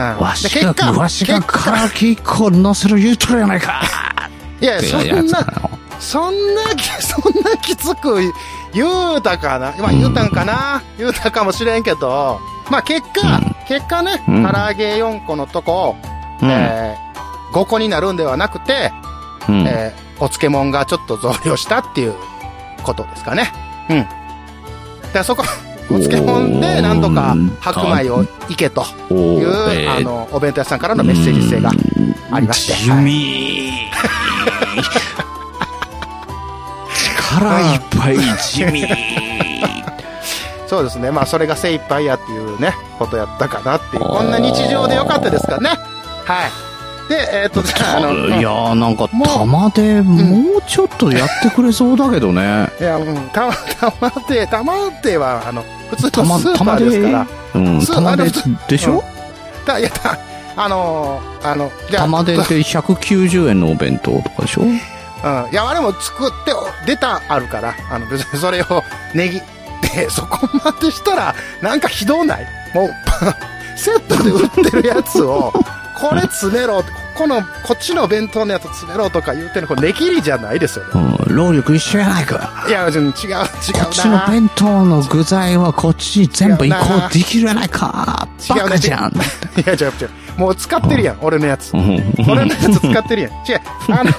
Speaker 2: うん、
Speaker 1: あ。わし
Speaker 2: で
Speaker 1: が、
Speaker 2: 結果
Speaker 1: わしが
Speaker 2: 結果
Speaker 1: カラキ1個乗せる言うとるやないか
Speaker 2: いや、
Speaker 1: って
Speaker 2: そ
Speaker 1: や
Speaker 2: ん
Speaker 1: つ
Speaker 2: な
Speaker 1: な、の。
Speaker 2: そんなき、 (laughs) そんなきつく言うたかな。まあ言うたんかな。言うたかもしれんけど。まあ結果、結果ね、唐
Speaker 1: うん
Speaker 2: 揚げ4個のとこ、
Speaker 1: うん。
Speaker 2: えー5個になるんではなくて、
Speaker 1: うん。
Speaker 2: えーお漬物がちょっと増量したっていうことですかね。うん。で、そこ、お漬物でなんとか白米をいけと
Speaker 1: お
Speaker 2: い
Speaker 1: ー
Speaker 2: う、
Speaker 1: えー
Speaker 2: あの、お弁当屋さんからのメッセージ性がありまして。
Speaker 1: 地
Speaker 2: はい
Speaker 1: 味。力いっぱい地
Speaker 2: (laughs)
Speaker 1: 味。
Speaker 2: そうですね。まあ、それが精一杯やっていうね、ことやったかなっていう。こんな日常でよかったですかね。はい。で、えっ、と、じゃあ、あの、うん
Speaker 1: いやーなんか
Speaker 2: もう
Speaker 1: 玉でもうちょっとやってくれそうだけどね。
Speaker 2: いや、うん、たま、たまて、たまては、あの、普通の
Speaker 1: 玉
Speaker 2: スーパ
Speaker 1: 玉
Speaker 2: ーですから。
Speaker 1: うん、
Speaker 2: そう
Speaker 1: 玉
Speaker 2: あれ
Speaker 1: ででしょ、
Speaker 2: だいや、た、あのーあの、じゃあ、
Speaker 1: 玉でで190円のお弁当とかでしょ
Speaker 2: うん。いや、あれも作って、出たあるから、あの、別にそれをネギって、 (laughs) そこまでしたら、なんかひどないもう、 (laughs) セットで売ってるやつを、これ詰めろ、ここの、こっちの弁当のやつ詰めろとか言うてるの、これ、値切りじゃないですよね。
Speaker 1: うん、労力一緒やないか。
Speaker 2: いや、違う、違う
Speaker 1: こっちの
Speaker 2: な。
Speaker 1: 弁当の具材はこっちに全部移行できるやないか。
Speaker 2: 違うな
Speaker 1: バカじゃん。
Speaker 2: いや、違う、違う。もう使ってるやん、俺のやつ。
Speaker 1: うん
Speaker 2: 俺のやつ使ってるやん。違う、あの、あおちょ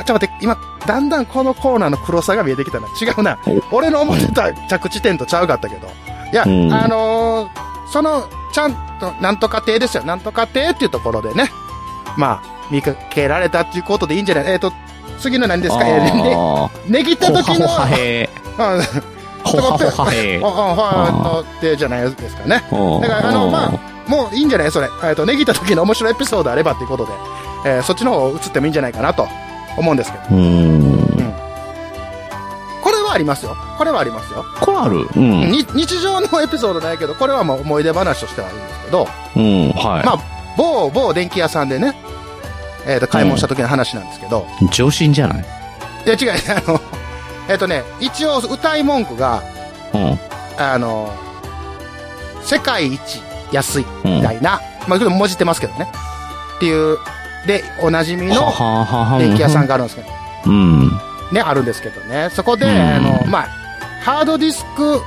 Speaker 2: っと待って、今、だんだんこのコーナーの黒さが見えてきたな。違うな。俺の思ってた着地点とちゃうかったけど。いや、
Speaker 1: うん
Speaker 2: あのーその、ちゃんと、なんとか亭ですよ。なんとか亭っていうところでね。まあ、見かけられたっていうことでいいんじゃないえっ、と、次の何ですかえーね、
Speaker 1: あー
Speaker 2: ねぎった
Speaker 1: ほは
Speaker 2: 時の、
Speaker 1: ほはへ
Speaker 2: うん
Speaker 1: ほはほ
Speaker 2: (laughs)
Speaker 1: はへ
Speaker 2: おおほっとってじゃないですかね。だから、あの、まあ、もういいんじゃないそれ。えっと、ネギた時の面白いエピソードあればっていうことで、えーそっちの方映ってもいいんじゃないかなと思うんですけど。
Speaker 1: うん。
Speaker 2: これはありますよ。これはありますよ。
Speaker 1: これあるうん。
Speaker 2: に日常のエピソードないけど、これはもう思い出話としてはあるんですけど、
Speaker 1: うん、はい。
Speaker 2: まあ、某、某電気屋さんでね、えっ、と、買い物した時の話なんですけど、
Speaker 1: 上心じゃない
Speaker 2: いや違う、あの、えっ、とね、一応歌い文句が、
Speaker 1: う
Speaker 2: あの、世界一安いみたいな、まあ、ちょっと文字ってますけどね。っていう、で、おなじみ
Speaker 1: ん。は
Speaker 2: の
Speaker 1: ははは。
Speaker 2: 電気屋さんがあるんですけど、
Speaker 1: うん。
Speaker 2: ね、あるんですけどね。そこで、
Speaker 1: うん
Speaker 2: あの、まあ、ハードディスク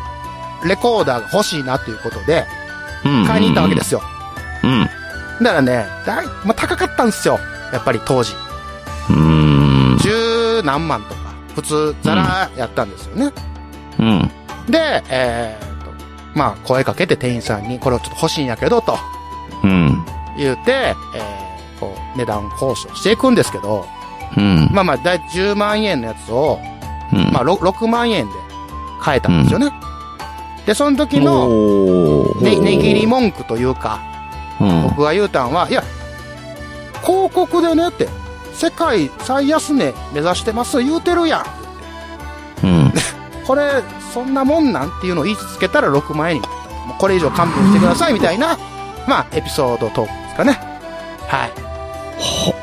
Speaker 2: レコーダーが欲しいなということで、
Speaker 1: うん。
Speaker 2: 買いに行ったわけですよ。
Speaker 1: うん。
Speaker 2: だからね、だい、まあ、高かったんですよ。やっぱり当時。
Speaker 1: うん。
Speaker 2: 十何万とか、普通、ザラやったんですよね。
Speaker 1: うん。
Speaker 2: で、えーっと、まあ、声かけて店員さんに、これをちょっと欲しいんやけど、と。
Speaker 1: うん。
Speaker 2: 言うて、えーこう、値段交渉していくんですけど、
Speaker 1: うん。
Speaker 2: まあまあ、だい10万円のやつを、
Speaker 1: うん。
Speaker 2: まあ、6, 万円で買えたんですよね。で、その時の、ね、値切り
Speaker 1: も。
Speaker 2: 文句というか、
Speaker 1: うん。
Speaker 2: 僕が言うたんは、いや、広告でねって、世界最安値目指してます言うてるやん。
Speaker 1: うん。
Speaker 2: これ、そんなもんなんっていうのを言い続けたら6万円になった。もうこれ以上勘弁してくださいみたいな、まあ、エピソードトークですかね。はい。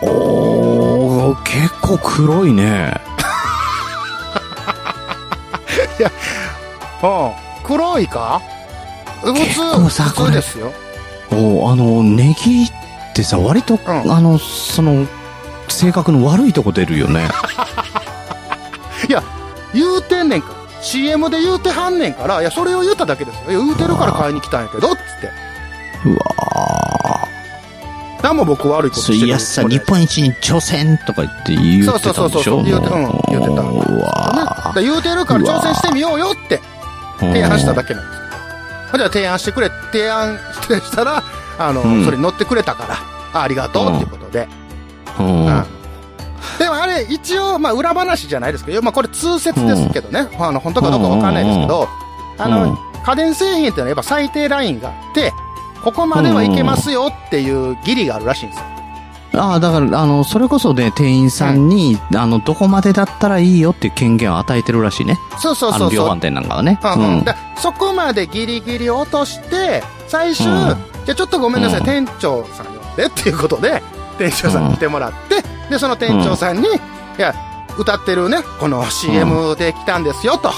Speaker 1: おー、結構黒いね。
Speaker 2: うん。黒いか普
Speaker 1: 結構さ
Speaker 2: 通、普
Speaker 1: こ
Speaker 2: 通
Speaker 1: れ
Speaker 2: ですよ。
Speaker 1: おー、あの、ネギってさ、割と、あの、その、性格の悪いとこ出るよね。
Speaker 2: 言うてんねんから。CM で言うてはんねんから、いや、それを言っただけですよ。いや、言うてるから買いに来たんやけど、つって。
Speaker 1: うわ
Speaker 2: 何も僕悪いことして
Speaker 1: ー。
Speaker 2: る
Speaker 1: いやさ、日本一に挑戦とか言って言ってたんでしょ
Speaker 2: そうそうそうそう言うてうん言ってた
Speaker 1: う
Speaker 2: な
Speaker 1: わー。
Speaker 2: だ言うてるから挑戦してみようよって提案しただけなんですよ。じゃあ提案してくれ、提案してしたら、あの、
Speaker 1: うん
Speaker 2: それに乗ってくれたから、あありがとうっていうことで。
Speaker 1: うん。
Speaker 2: うんでもあれ、一応、まあ、裏話じゃないですけど、まあ、これ通説ですけどね、あの、本当かどうかわかんないですけど、あ
Speaker 1: う
Speaker 2: の
Speaker 1: ん、
Speaker 2: 家電製品っていうのはやっぱ最低ラインがあって、ここまではいけますよっていう義理があるらしいんですよ。
Speaker 1: ああ、だから、あの、それこそね、店員さんに、あの、どこまでだったらいいよっていう権限を与えてるらしいね。
Speaker 2: そうそう
Speaker 1: あ
Speaker 2: そ
Speaker 1: の、
Speaker 2: うそ
Speaker 1: 量
Speaker 2: う。
Speaker 1: 販店なんかはね。
Speaker 2: うんうん、だそこまでギリギリ落として、最終、
Speaker 1: うん
Speaker 2: じゃあちょっとごめんなさい、
Speaker 1: うん
Speaker 2: 店長さん呼んでっていうことで、店長さんに来てもらって、で、その店長さんに、いや、歌ってるね、この CM で来たんですよ、と。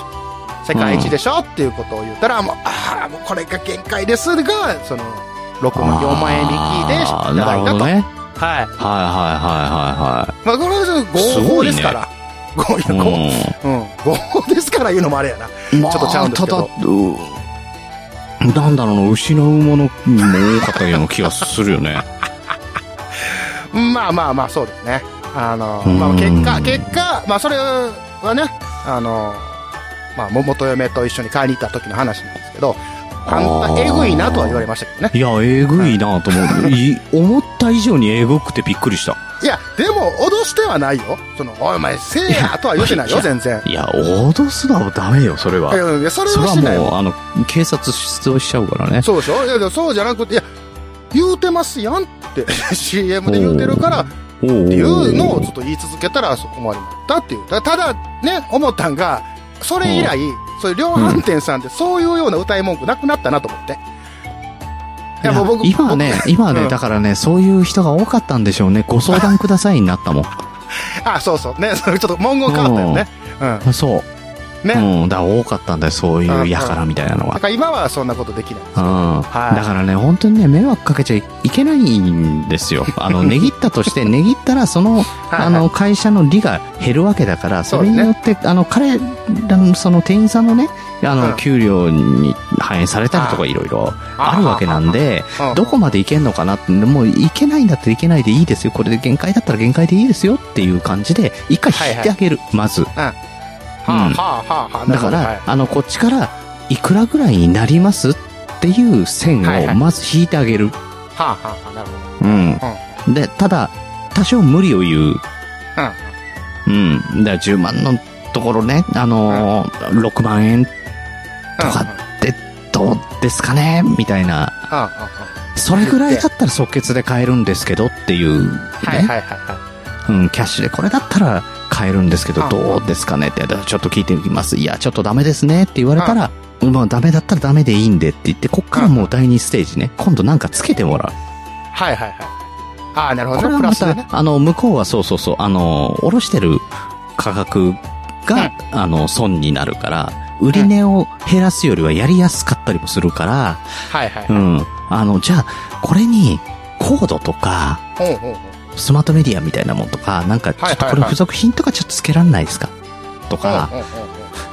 Speaker 2: 世界一でしょ、っていうことを言ったら、もう、ああ、もうこれが限界ですが、その、6万、4万円引きでい
Speaker 1: あー
Speaker 2: た
Speaker 1: な
Speaker 2: だ
Speaker 1: る
Speaker 2: い
Speaker 1: ほ
Speaker 2: たと。
Speaker 1: どね。
Speaker 2: はい。
Speaker 1: はいは
Speaker 2: まあ、これはちょっと
Speaker 1: す
Speaker 2: 合
Speaker 1: ご
Speaker 2: 法
Speaker 1: いね
Speaker 2: ですから。合
Speaker 1: いはい
Speaker 2: 法、
Speaker 1: はいはい。
Speaker 2: うん、合法ですから言うのもあれやな。
Speaker 1: まあ
Speaker 2: ちょっとちゃうんですけど
Speaker 1: ただ、うんなんだろうな、失うものも多かったような気がするよね。
Speaker 2: まあまあまあ、そうですね。あの、
Speaker 1: うん
Speaker 2: まあ結果、結果、まあそれはね、あの、まあ、元嫁と一緒に買いに行った時の話なんですけど、あん
Speaker 1: あ
Speaker 2: た
Speaker 1: ー
Speaker 2: えぐいなとは言われましたけどね。
Speaker 1: いや、えぐいなと思う。い思った以上にえぐくてびっくりした。
Speaker 2: いや、でも、脅してはないよ。その、おい、お前、せいやとは言ってない
Speaker 1: い
Speaker 2: よ、
Speaker 1: や
Speaker 2: 全然。。
Speaker 1: いや、脅すのはダメよ、それはい
Speaker 2: やいや、それ
Speaker 1: それ
Speaker 2: は
Speaker 1: は
Speaker 2: してない
Speaker 1: もう、
Speaker 2: よ。
Speaker 1: あの、警察出動しちゃうからね。
Speaker 2: そうでしょいやいや、そうじゃなくて、いや、言うてますやんって、CM (laughs) で言うてるから、
Speaker 1: おうおう
Speaker 2: っていうのをずっと言い続けたらそこまでだったっていう。たただ、ね、思ったんが、それ以来、そういう量販店さんでそういうような歌い文句なくなったなと思って。
Speaker 1: いや
Speaker 2: もう僕
Speaker 1: 今はね、今は
Speaker 2: う
Speaker 1: ね、
Speaker 2: ん
Speaker 1: だからね、そういう人が多かったんでしょうね。ご相談くださいになったもん。
Speaker 2: あ、そうそう。ね、 (laughs) そのちょっと文言変わったよね。うん。
Speaker 1: そう。
Speaker 2: ね。
Speaker 1: うん。だから多かったんだよ、そういうやからみたいなの
Speaker 2: だ
Speaker 1: が。
Speaker 2: から今はそんなことできない。
Speaker 1: うん。
Speaker 2: はい
Speaker 1: だからね、本当にね、迷惑かけちゃいいけないんですよ。あ
Speaker 2: (laughs)
Speaker 1: の、値切ったとして、値切ったら、その、
Speaker 2: いはい
Speaker 1: あの、会社の利が減るわけだから、そ
Speaker 2: そ
Speaker 1: う
Speaker 2: で
Speaker 1: れ
Speaker 2: す
Speaker 1: に
Speaker 2: ね
Speaker 1: よって、あの、彼らの、その店員さんのね、あの、
Speaker 2: うん
Speaker 1: 給料に反映されたりとか、いろいろあるわけなんで、
Speaker 2: うん
Speaker 1: どこまでいけんのかなって、もういけないんだったらいけないでいいですよ。これで限界だったら限界でいいですよっていう感じで、一回引いてあげる、まず。
Speaker 2: はあ、はあ、はあ、はあ。
Speaker 1: だから、
Speaker 2: なる
Speaker 1: あの、こっちから、いくらぐらいになりますっていう線
Speaker 2: はいは
Speaker 1: を、
Speaker 2: い
Speaker 1: まず引いてあげる。
Speaker 2: ほどはいはあ、はあ、はあ、なるほど。
Speaker 1: うん。で、ただ、多少無理を言う。うん。だから10万のところね、あのー6万円とかってどうですかねみたいな。
Speaker 2: うん。うん。うん。うん
Speaker 1: それぐらいだったら即決で買えるんですけどっていう、ね。
Speaker 2: はいはいはいは
Speaker 1: うん、キャッシュでこれだったら買えるんですけど、どうですかねって、だからちょっと聞いてみます。いや、ちょっとダメですねって言われたら、うんまあダメだったらダメでいいんでって言って、こっからもう第2ステージね、今度なんかつけてもらう。
Speaker 2: い。はいはいはい。ああ、なるほ
Speaker 1: こ
Speaker 2: ど
Speaker 1: れ
Speaker 2: ね。
Speaker 1: は
Speaker 2: プラ
Speaker 1: ま
Speaker 2: スでね
Speaker 1: た。、あの、向こうはそうそうそう、あの、おろしてる価格が、あの、損になるから、売り値を減らすよりはやりやすかったりもするから、。
Speaker 2: はいはいう
Speaker 1: ん。あの、じゃあ、これに、コードとか、
Speaker 2: うんうんうん。
Speaker 1: スマートメディアみたいなもんとか、なんか、ちょ
Speaker 2: はい
Speaker 1: っと
Speaker 2: はいはい
Speaker 1: これ付属品とかちょっと付けらんないですかとか、
Speaker 2: うんうんうん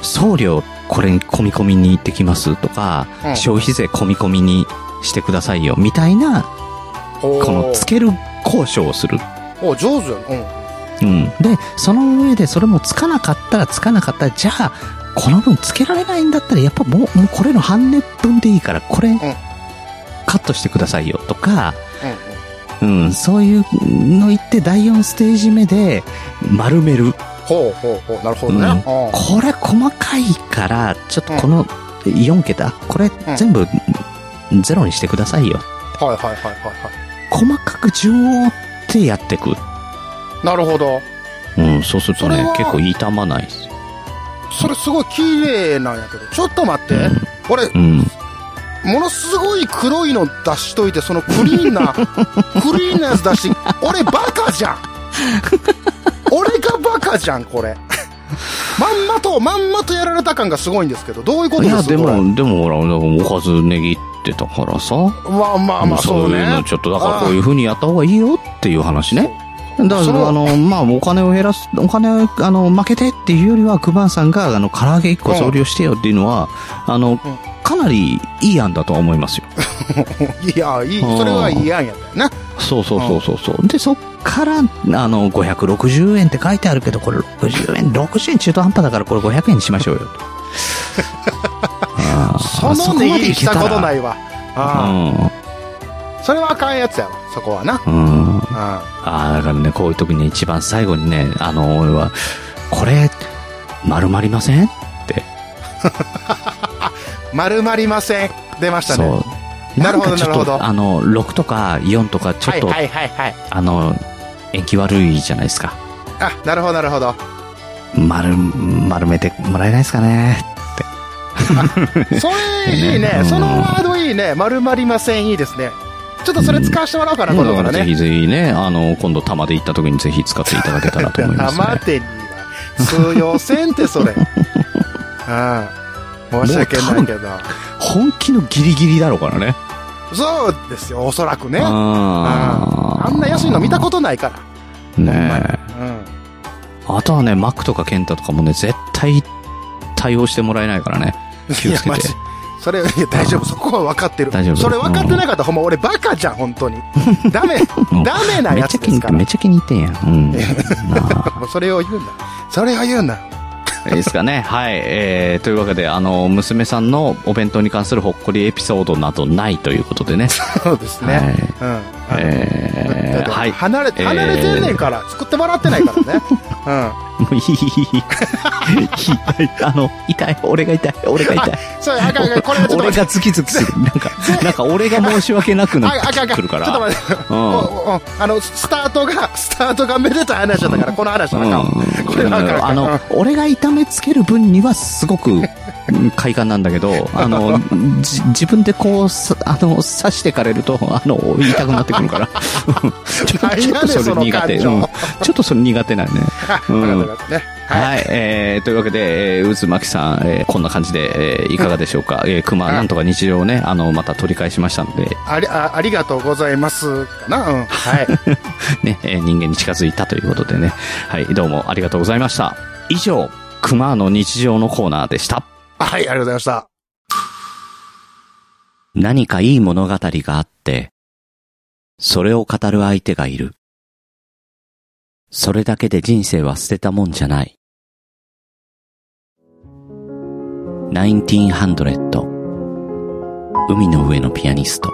Speaker 1: 送料これに込み込みに行ってきますとか、
Speaker 2: うん
Speaker 1: 消費税込み込みにしてくださいよ、みたいな、
Speaker 2: うん。
Speaker 1: この付ける交渉をする。
Speaker 2: おーおー、上手やね。うん。
Speaker 1: うん。で、その上でそれもつかなかったらつかなかったら、じゃあ、この分つけられないんだったら、やっぱもう、もうこれの半値分でいいから、これ、カットしてくださいよとか、
Speaker 2: うんう
Speaker 1: う
Speaker 2: ん。
Speaker 1: ん、そういうの言って第4ステージ目で丸める。
Speaker 2: ほうほうほう。なるほどね。
Speaker 1: うん
Speaker 2: うん
Speaker 1: これ細かいから、ちょっとこの4桁、これ
Speaker 2: ん
Speaker 1: 全部ゼロにしてくださいよ。
Speaker 2: はいはいはいはいは
Speaker 1: 細かく順を追ってやっていく。
Speaker 2: い。なるほど。
Speaker 1: うん、そうすると
Speaker 2: それ
Speaker 1: ね
Speaker 2: は、
Speaker 1: 結構痛まないですよ。
Speaker 2: それすごい綺麗なんやけど、ちょっと待って。
Speaker 1: うん
Speaker 2: これ、
Speaker 1: うん。
Speaker 2: ものすごい黒いの出しといて、そのクリー
Speaker 1: (laughs)
Speaker 2: ンな、クリーンなやつ出して、俺バカじゃん俺がバカじゃん、これ。まんまと、まんまとやられた感がすごいんですけど、どういうこと
Speaker 1: い
Speaker 2: です
Speaker 1: や、で
Speaker 2: これ
Speaker 1: も、でもほら、なんかおかずねぎってたからさ。
Speaker 2: まあまあまあ、
Speaker 1: そ
Speaker 2: そうう
Speaker 1: いうの
Speaker 2: ね。
Speaker 1: ちょっと、だからこういう風にやった方がいいよっていう話ね。だか
Speaker 2: そ
Speaker 1: ら、
Speaker 2: の
Speaker 1: あの、まあ、お金を減らす、お金を、あの、負けてっていうよりは、クバンさんが、あの、唐揚げ1個増量してよっていうのは、あの、かなりいい案だとは思いますよ。
Speaker 2: いや、いい、それはいいやんやったよな。
Speaker 1: そうそうそうそうそう。で、そっから、あの、560円って書いてあるけど、これ60円、60円中途半端だから、これ500円にしましょ
Speaker 2: (laughs)
Speaker 1: うよと。あー
Speaker 2: そのね、いいしたことないわ。
Speaker 1: う
Speaker 2: あ
Speaker 1: ん。
Speaker 2: あ、それはあかんやつやわ、そこはな。
Speaker 1: うん。
Speaker 2: うん。
Speaker 1: ああ、だからね、こういう時に一番最後にね、あの、俺は、これ、丸まりませんって。
Speaker 2: 丸まりません。出ましたね。
Speaker 1: そう。
Speaker 2: なるほ
Speaker 1: ん
Speaker 2: ど
Speaker 1: かちょっ
Speaker 2: なるほど
Speaker 1: と、あの、6とか4とか、ちょっと、
Speaker 2: はいはいはいはい。
Speaker 1: あの、延期悪いじゃないですか。
Speaker 2: あ、なるほどなる
Speaker 1: (laughs)
Speaker 2: ほど。
Speaker 1: 丸、丸めてもらえないですかね。
Speaker 2: それいいね
Speaker 1: う。ん
Speaker 2: そのワードいいね。丸まりません。いいですね。ちょっとそれ使わせてもらおうかな、今度から
Speaker 1: ぜ
Speaker 2: ね。
Speaker 1: ひぜひね、あの、今度、玉で行った時にぜひ使っていただけたらと思います、ね。 (laughs)
Speaker 2: 玉手には通用せんって、それ。うん。申し訳ないけど。
Speaker 1: 本気のギリギリだろうからね。
Speaker 2: そうですよ、おそらくね。うん
Speaker 1: あ
Speaker 2: あんな安いの見たことないか
Speaker 1: ーねえ。
Speaker 2: ら。うん。
Speaker 1: あとはね、マックとかケンタとかもね、絶対対応してもらえないからね。気
Speaker 2: い
Speaker 1: を
Speaker 2: や
Speaker 1: つ、け
Speaker 2: マ
Speaker 1: て
Speaker 2: ジ。。それ、いや、大丈夫。そこは分かってる。
Speaker 1: 大丈夫
Speaker 2: それ分かってなかったら、ほんま、俺バカじゃん、
Speaker 1: (laughs)
Speaker 2: 本当に。ダメ、ダメな
Speaker 1: めっ
Speaker 2: や
Speaker 1: ち
Speaker 2: つ
Speaker 1: ゃ気
Speaker 2: で
Speaker 1: に
Speaker 2: すから。
Speaker 1: めっちゃ気に入ってんやん。うん。なあ
Speaker 2: もうそれを言うな。それを言うな。
Speaker 1: いいですかね。はい。えー、というわけで、あの、娘さんのお弁当に関するほっこりエピソードなどないということでね。
Speaker 2: そうですね。
Speaker 1: はい
Speaker 2: うんあの。だ
Speaker 1: え
Speaker 2: っ
Speaker 1: ー、
Speaker 2: て
Speaker 1: はい。
Speaker 2: 離れ、離れてんねんから、作ってもらってない
Speaker 1: (laughs)
Speaker 2: からね。う
Speaker 1: もういい、いい、いい。痛い。あの、痛い。俺が痛い。俺が痛い。
Speaker 2: ん。そう、あかんあかん、これはちょっと
Speaker 1: 俺
Speaker 2: 待っ
Speaker 1: がズキズキする。なんか、なんか俺が申し訳なく
Speaker 2: て。
Speaker 1: な
Speaker 2: ああかんあ
Speaker 1: っ
Speaker 2: か
Speaker 1: て
Speaker 2: ん。
Speaker 1: くるから。
Speaker 2: ちょっと待って。おおあの、スタートが、スタートがめでたい話だったから、この話はあかんわ。これはあかんかん。
Speaker 1: あの、俺が痛めつける分にはすごく
Speaker 2: (laughs)
Speaker 1: うん快感なんだけど、あの、じ自分でこう、さあの、刺してかれると、あの、痛くなってくる
Speaker 2: (laughs)
Speaker 1: から。ちょ
Speaker 2: なんやね
Speaker 1: ち
Speaker 2: ん
Speaker 1: ょっとそ
Speaker 2: そ
Speaker 1: れ
Speaker 2: の
Speaker 1: 苦手。
Speaker 2: 感情
Speaker 1: うんちょっとそれ苦手なんね。うん
Speaker 2: わかったわかったね。はい。
Speaker 1: はい、えー、というわけで、えー、渦巻さん、えーこんな感じで、えーいかがでしょうか。えー、熊、なんとか日常をね、あの、また取り返しましたので、
Speaker 2: あり、あありがとうございます。かなうん。
Speaker 1: (laughs)
Speaker 2: はい。
Speaker 1: ね、えー人間に近づいたということでね。はい、どうもありがとうございました。以上、熊の日常のコーナーでした。
Speaker 2: はい、ありがとうございました。
Speaker 1: 何かいい物語があって、それを語る相手がいる。それだけで人生は捨てたもんじゃない。1900海の上のピアニスト。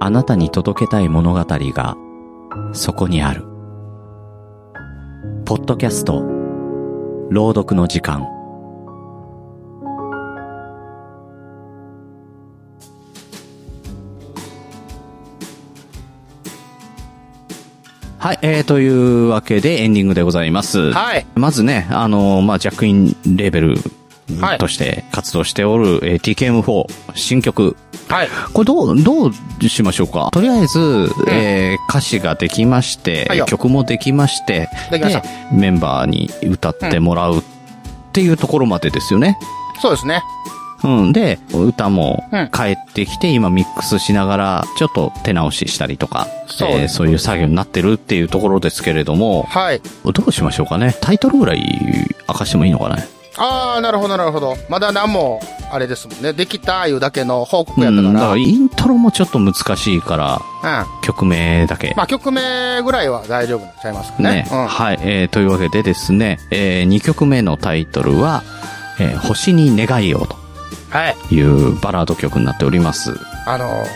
Speaker 1: あなたに届けたい物語がそこにある。ポッドキャスト朗読の時間。はい、えー、というわけでエンディングでございます。
Speaker 2: はい。
Speaker 1: まずね、あの、まあ、ジャックインレーベル
Speaker 2: はい
Speaker 1: として活動しておる、えー TKM4 新曲。
Speaker 2: はい。
Speaker 1: これどう、どうしましょうかとりあえず、えー歌詞ができまして、
Speaker 2: はいよ
Speaker 1: 曲もできまして、
Speaker 2: できました
Speaker 1: メンバーに歌ってもらうっていうところまでですよね。
Speaker 2: そうですね。
Speaker 1: うん。で、歌も
Speaker 2: うん
Speaker 1: 帰ってきて、今ミックスしながら、ちょっと手直ししたりとか、
Speaker 2: そう
Speaker 1: えーそういう作業になってるっていうところですけれども、
Speaker 2: はい。
Speaker 1: どうしましょうかね。タイトルぐらい明かしてもいいのかね。
Speaker 2: あー、なるほど、なるほど。まだ何も、あれですもんね。できたいうだけの報告や
Speaker 1: う
Speaker 2: ったか
Speaker 1: ん、だか
Speaker 2: ら。
Speaker 1: ら
Speaker 2: うん。
Speaker 1: イントロもちょっと難しいから、曲名だけ。
Speaker 2: まあ、曲名ぐらいは大丈夫なんちゃいますかね。
Speaker 1: ね。
Speaker 2: うん。
Speaker 1: はい、えーというわけでですね、え2曲目のタイトルは、えー星に願いを
Speaker 2: はい。
Speaker 1: というバラード曲になっております。
Speaker 2: あの、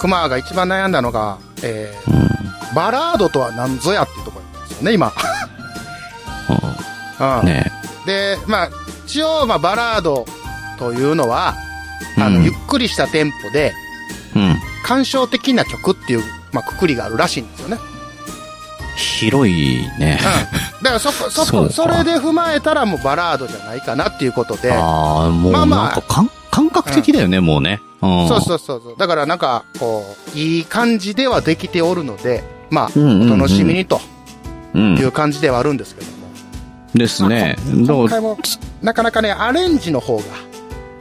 Speaker 2: クマが一番悩んだのが、えー
Speaker 1: うん。うん
Speaker 2: バラードとは何ぞやっていうところなんですよね、今。うん。
Speaker 1: ね
Speaker 2: で、まあ、一応、まあ、バラードというのは、あの、
Speaker 1: うん
Speaker 2: ゆっくりしたテンポで、
Speaker 1: うん。
Speaker 2: 感傷的な曲っていう、まあ、くくりがあるらしいんですよね。
Speaker 1: 広いね。
Speaker 2: だからそこ、そ
Speaker 1: そう
Speaker 2: こ、
Speaker 1: か
Speaker 2: それで踏まえたらもうバラードじゃないかなっていうことで、
Speaker 1: ああ、もう
Speaker 2: ま
Speaker 1: な
Speaker 2: あ
Speaker 1: ん
Speaker 2: まあ
Speaker 1: か感感覚的だよね、もうね。うん。
Speaker 2: そうそうそうそう。だからなんか、こう、いい感じではできておるので、まあ、
Speaker 1: うんうんうん
Speaker 2: お楽しみにと
Speaker 1: うん
Speaker 2: い。う感じではあるんですけども。
Speaker 1: ですね。ど
Speaker 2: 今
Speaker 1: う
Speaker 2: 回も、なかなかね、アレンジの方が、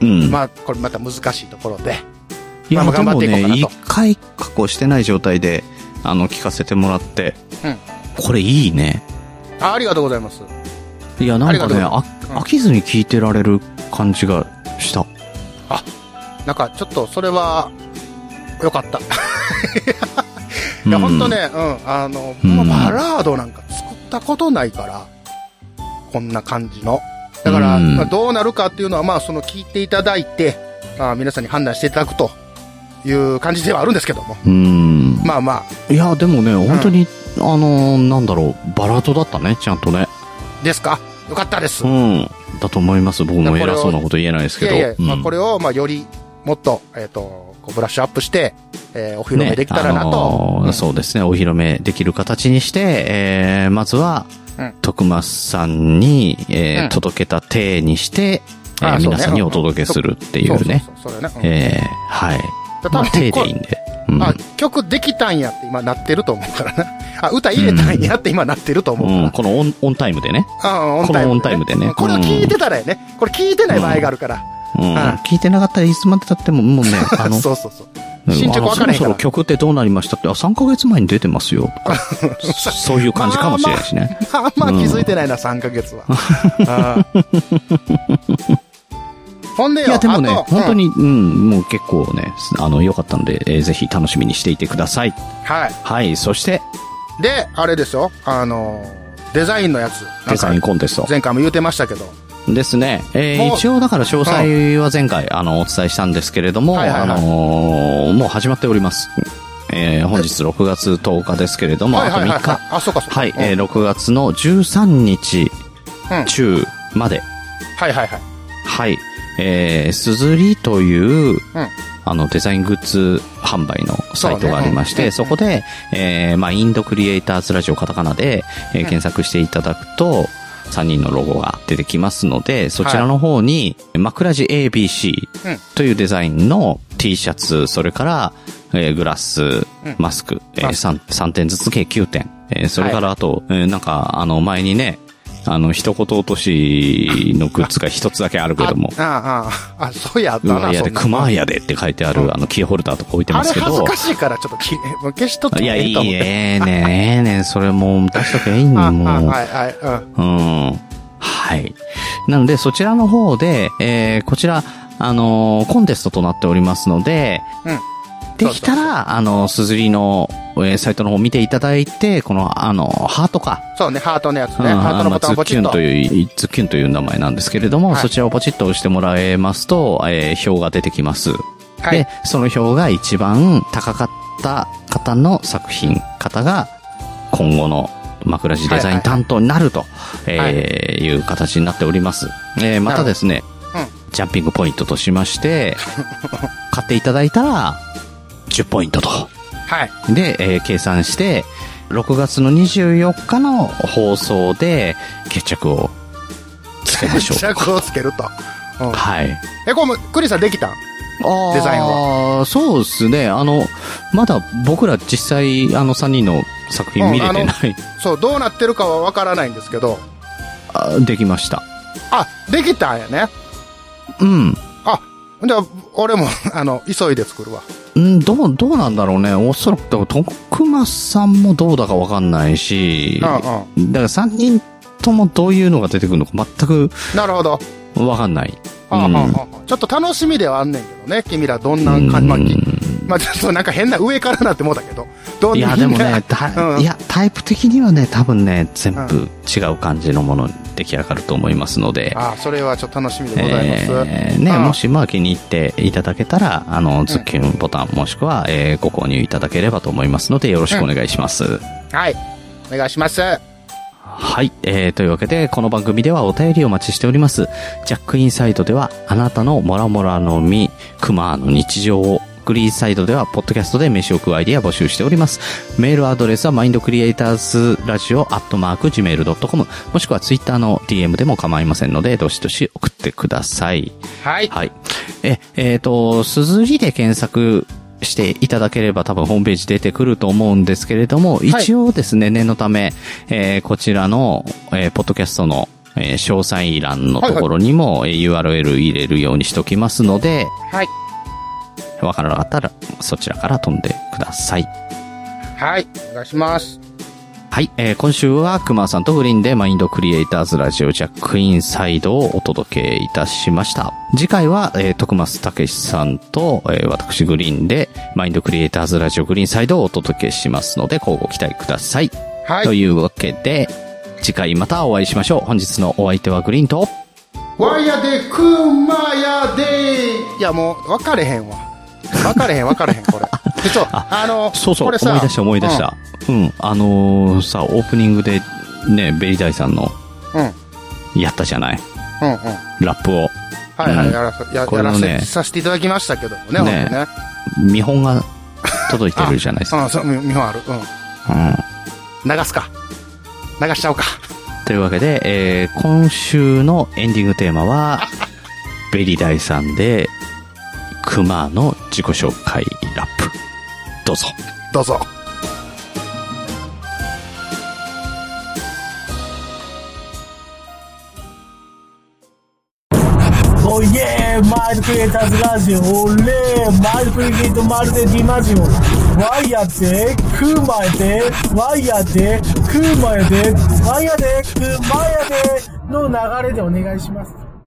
Speaker 1: うん。
Speaker 2: まあ、これまた難しいところで、
Speaker 1: いや、
Speaker 2: まあ頑張っていこうかなと
Speaker 1: でもね、一回加工してない状態で、あの、聞かせてもらって、
Speaker 2: うん
Speaker 1: これいいね。
Speaker 2: あありがとうございます。
Speaker 1: いや、なんか
Speaker 2: あり
Speaker 1: ね、
Speaker 2: が
Speaker 1: あ
Speaker 2: うん
Speaker 1: 飽きずに聞いてられる感じがした。
Speaker 2: なんか、ちょっと、それは、よかった。いや、
Speaker 1: うん
Speaker 2: ほんとね、うん、あの、
Speaker 1: うん
Speaker 2: バラードなんか作ったことないから、こんな感じの。だから、
Speaker 1: うん
Speaker 2: まあどうなるかっていうのは、まあ、その聞いていただいて、まあ、皆さんに判断していただくという感じではあるんですけども。
Speaker 1: うん。
Speaker 2: まあまあ、
Speaker 1: いや、でもね、本当に、あのー、なんだろう、バラードだったね、ちゃんとね。
Speaker 2: ですかよかったです。
Speaker 1: う
Speaker 2: い
Speaker 1: ん。だと思います。僕も偉そうなこと言えないですけ
Speaker 2: や
Speaker 1: ど。
Speaker 2: いや、まあ、
Speaker 1: うん
Speaker 2: これを、まあ、より、もっと、えっ、と、こうブラッシュアップして、えーお披露目できたらなと。
Speaker 1: ねあのー
Speaker 2: うん
Speaker 1: そうですね、お披露目できる形にして、えー、まずは
Speaker 2: うん、
Speaker 1: 徳松さんに、えー
Speaker 2: うん
Speaker 1: 届けた体にして、えー
Speaker 2: あそうね
Speaker 1: 皆さんにお届けするっていうね。
Speaker 2: そうそうそうそれね。うん
Speaker 1: えー、はい。
Speaker 2: だから
Speaker 1: まあ、
Speaker 2: 多分
Speaker 1: 体
Speaker 2: こ
Speaker 1: で
Speaker 2: れ
Speaker 1: いいんで。
Speaker 2: あ、曲できたんやって今なってると思うからな。あ、歌入れたんやって今なってると思うから。
Speaker 1: うん、このオン、オンタイムでね。
Speaker 2: あオンタイ
Speaker 1: こ
Speaker 2: ム、
Speaker 1: のオンタイムでね
Speaker 2: うんこれを聞いてたらやね。これ聞いてない場合があるから。
Speaker 1: うん
Speaker 2: あ。
Speaker 1: 聞いてなかったらいつまで経っても、もうね、あの、
Speaker 2: (laughs) そうそうそう
Speaker 1: う。ん
Speaker 2: 進捗分か
Speaker 1: あ
Speaker 2: ら
Speaker 1: のそろ
Speaker 2: へんか
Speaker 1: そ
Speaker 2: ら
Speaker 1: ろ。曲ってどうなりましたって、あ、3ヶ月前に出てます
Speaker 2: (laughs)
Speaker 1: よ。とかそそういう感じかもしれないしね。
Speaker 2: あんま気づいてないな、3ヶ
Speaker 1: (laughs)
Speaker 2: 月は。あーほんでよ、
Speaker 1: いや、でもね、
Speaker 2: あと
Speaker 1: 本当。に、うん、もう結構ね、あの、良かったので、えーぜひ楽しみにしていてください。
Speaker 2: うんはい。
Speaker 1: はい、そして、
Speaker 2: で、あれですよ、あのー、デザインのやつ。なんか
Speaker 1: デザインコンテスト。
Speaker 2: 前回も言うてましたけど。
Speaker 1: ですね。え
Speaker 2: も
Speaker 1: ー、
Speaker 2: う
Speaker 1: 一応だから詳細は前回、あの、お伝えしたんですけれども、
Speaker 2: はいはいはい
Speaker 1: あのーもう始まっております。えー、本日6月10日ですけれども、
Speaker 2: はいはいはいは
Speaker 1: あ
Speaker 2: い
Speaker 1: と3日。。
Speaker 2: あ、そうかそうか。
Speaker 1: はい、
Speaker 2: うん
Speaker 1: えー、6月の13日
Speaker 2: うん
Speaker 1: 中まで、
Speaker 2: はいはいはい。
Speaker 1: はい、えー、すずりという、
Speaker 2: うん
Speaker 1: あの、デザイングッズ販売のサイトがありまして、そ,、こで、えー、まあ、インドクリエイターズラジオカタカナで、えー検索していただくと、3人のロゴが出てきますので、そちらの方に、枕地 ABC
Speaker 2: うん
Speaker 1: というデザインの T シャツ、それから、えーグラス、マスク、えー
Speaker 2: マス、
Speaker 1: 3, 3点ずつ計9点。えーそれからあと、えーなんか、あの、前にね、あの、一言落としのグッズが一つだけあるけども
Speaker 2: ああ、ああ、あ、そうやあった
Speaker 1: うわ
Speaker 2: な、
Speaker 1: いや
Speaker 2: そ
Speaker 1: で、
Speaker 2: んな
Speaker 1: 熊やでって書いてある、あの、キーホルダーとか置いて
Speaker 2: あ
Speaker 1: ま
Speaker 2: れ
Speaker 1: すけ
Speaker 2: 恥ず
Speaker 1: ど
Speaker 2: か、しいから、ちょっとき、もう消しとって
Speaker 1: いや、いい
Speaker 2: と思って。
Speaker 1: ええねええねそれもう出しとけばいいの
Speaker 2: ああ、
Speaker 1: に、もう。
Speaker 2: はいはい、うん。
Speaker 1: うん。はい。なので、そちらの方で、えー、こちら、あのーコンテストとなっておりますので、
Speaker 2: うん
Speaker 1: できたら、あの、すずりの、えーサイトの方見ていただいて、この、あの、ハートか。
Speaker 2: そうね、ハートのやつね。
Speaker 1: うん
Speaker 2: ハートのボタンを
Speaker 1: あのズ
Speaker 2: ポ
Speaker 1: ッ
Speaker 2: チ
Speaker 1: キュ
Speaker 2: ッ
Speaker 1: ン
Speaker 2: と。
Speaker 1: という、ズッキュンという名前なんですけれども、
Speaker 2: はい
Speaker 1: そちらをポチッと押してもらえますと、えー、表が出てきます。
Speaker 2: はい
Speaker 1: で、その表が一番高かった方の作品、方が、今後の枕地デザイン担当になると、い
Speaker 2: はい
Speaker 1: えーいう形になっております。えー、またですね、
Speaker 2: なるほ
Speaker 1: ジャンピングポイントとしま
Speaker 2: (laughs)
Speaker 1: して、買っていただいたら、10ポイントと。
Speaker 2: はい。
Speaker 1: で、えー計算して、6月の24日の放送で決着をつけま
Speaker 2: (laughs)
Speaker 1: しょう。
Speaker 2: 着をつけると。うん
Speaker 1: はい。
Speaker 2: え、これも、クリさんできたんデザイン
Speaker 1: はそうですね。あの、まだ僕ら実際、あの3人の作品見れてない。
Speaker 2: そう、どうなってるかはわからないんですけど。
Speaker 1: あできました。
Speaker 2: あ、できたんやね。
Speaker 1: うん。
Speaker 2: あ、じゃあ、俺も、 (laughs) あの、急いで作るわ。
Speaker 1: うん、どう、どうなんだろうね。おそらく、だから徳間さんもどうだかわかんないし、
Speaker 2: うん
Speaker 1: だから3人ともどういうのが出てくるのか全
Speaker 2: なるほど。
Speaker 1: くわかんない。
Speaker 2: はあはあ
Speaker 1: うん
Speaker 2: はあちょっと楽しみではあんねんけどね。君らどんな感じ、まあきまあ、ちょっとなんか変な上からなって思ったけど。どん
Speaker 1: い
Speaker 2: な
Speaker 1: や、でもね、た
Speaker 2: うん
Speaker 1: いや、タイプ的にはね、多分ね、全部違う感じのものに出来上がると思いますので、
Speaker 2: (laughs) ああ、それはちょっと楽しみでございます。
Speaker 1: えーね、
Speaker 2: ああ
Speaker 1: もし、まあ、気に入っていただけたら、あの、ズッキュンボタン、もしくは、えーご購入いただければと思いますので、よろしくお願いします。
Speaker 2: はい。お願いします。
Speaker 1: はい。えー、というわけで、この番組ではお便りをお待ちしております。ジャックインサイドでは、あなたのモラモラの実、クマの日常を、グリーンサイドでは、ポッドキャストで飯を食うアイディア募集しております。メールアドレスは、マインドクリエイターズラジオアットマーク Gmail.com、もしくはツイッターの DM でも構いませんので、どしどし送ってください。
Speaker 2: はい。
Speaker 1: はい。え、えっ、と、すずりで検索していただければ多分ホームページ出てくると思うんですけれども、一応ですね、念のため、えーこちらの、えーポッドキャストの、えー詳細欄のところにも、えー URL 入れるようにしときますので、
Speaker 2: はい。
Speaker 1: わからなかったらそちらから飛んでください。
Speaker 2: はい。お願いします。
Speaker 1: はい、えー今週は熊さんとグリーンでマインドクリエイターズラジオジャックインサイドをお届けいたしました。次回は、えー、徳松武史さんと、えー私グリーンでマインドクリエイターズラジオグリーンサイドをお届けしますので、こうご期待ください。
Speaker 2: は
Speaker 1: と
Speaker 2: い。
Speaker 1: いうわけで、次回またお会いしましょう。本日のお相手はグリーンと、
Speaker 2: わやで、くまやで。いや、もう、分かれへんわ。分かれへん、分かれへん、これ。
Speaker 1: (laughs)
Speaker 2: でそう、あの、
Speaker 1: そうそう、
Speaker 2: こ
Speaker 1: 思
Speaker 2: れ
Speaker 1: い
Speaker 2: さ
Speaker 1: 出した思い出し。た。うん、あのーさ、オープニングでね、ベリダイさんの
Speaker 2: うん。うん、うん、
Speaker 1: やったじゃない
Speaker 2: うん。
Speaker 1: ラップを。
Speaker 2: はいは
Speaker 1: う
Speaker 2: い、
Speaker 1: ん
Speaker 2: やらせ、や
Speaker 1: これ
Speaker 2: や
Speaker 1: の
Speaker 2: ら
Speaker 1: ね
Speaker 2: せ、させていただきましたけどもね、
Speaker 1: ね
Speaker 2: ほんとね。
Speaker 1: 見本が届いてるじゃないですか。
Speaker 2: うん、そう、見見本ある。うん。
Speaker 1: うん
Speaker 2: 流すか。流しちゃおうか。
Speaker 1: というわけで、えー今週のエンディングテーマは、ベリダイさんで、熊の自己紹介ラップ。どうぞ。
Speaker 2: どうぞ。
Speaker 6: おいえマイルクリエイターズラジオおれマイルクリエイトまるでディマジオワイヤーでクーマヤでワイヤーでクーマヤでワイヤーでクーマヤでの流れでお願いします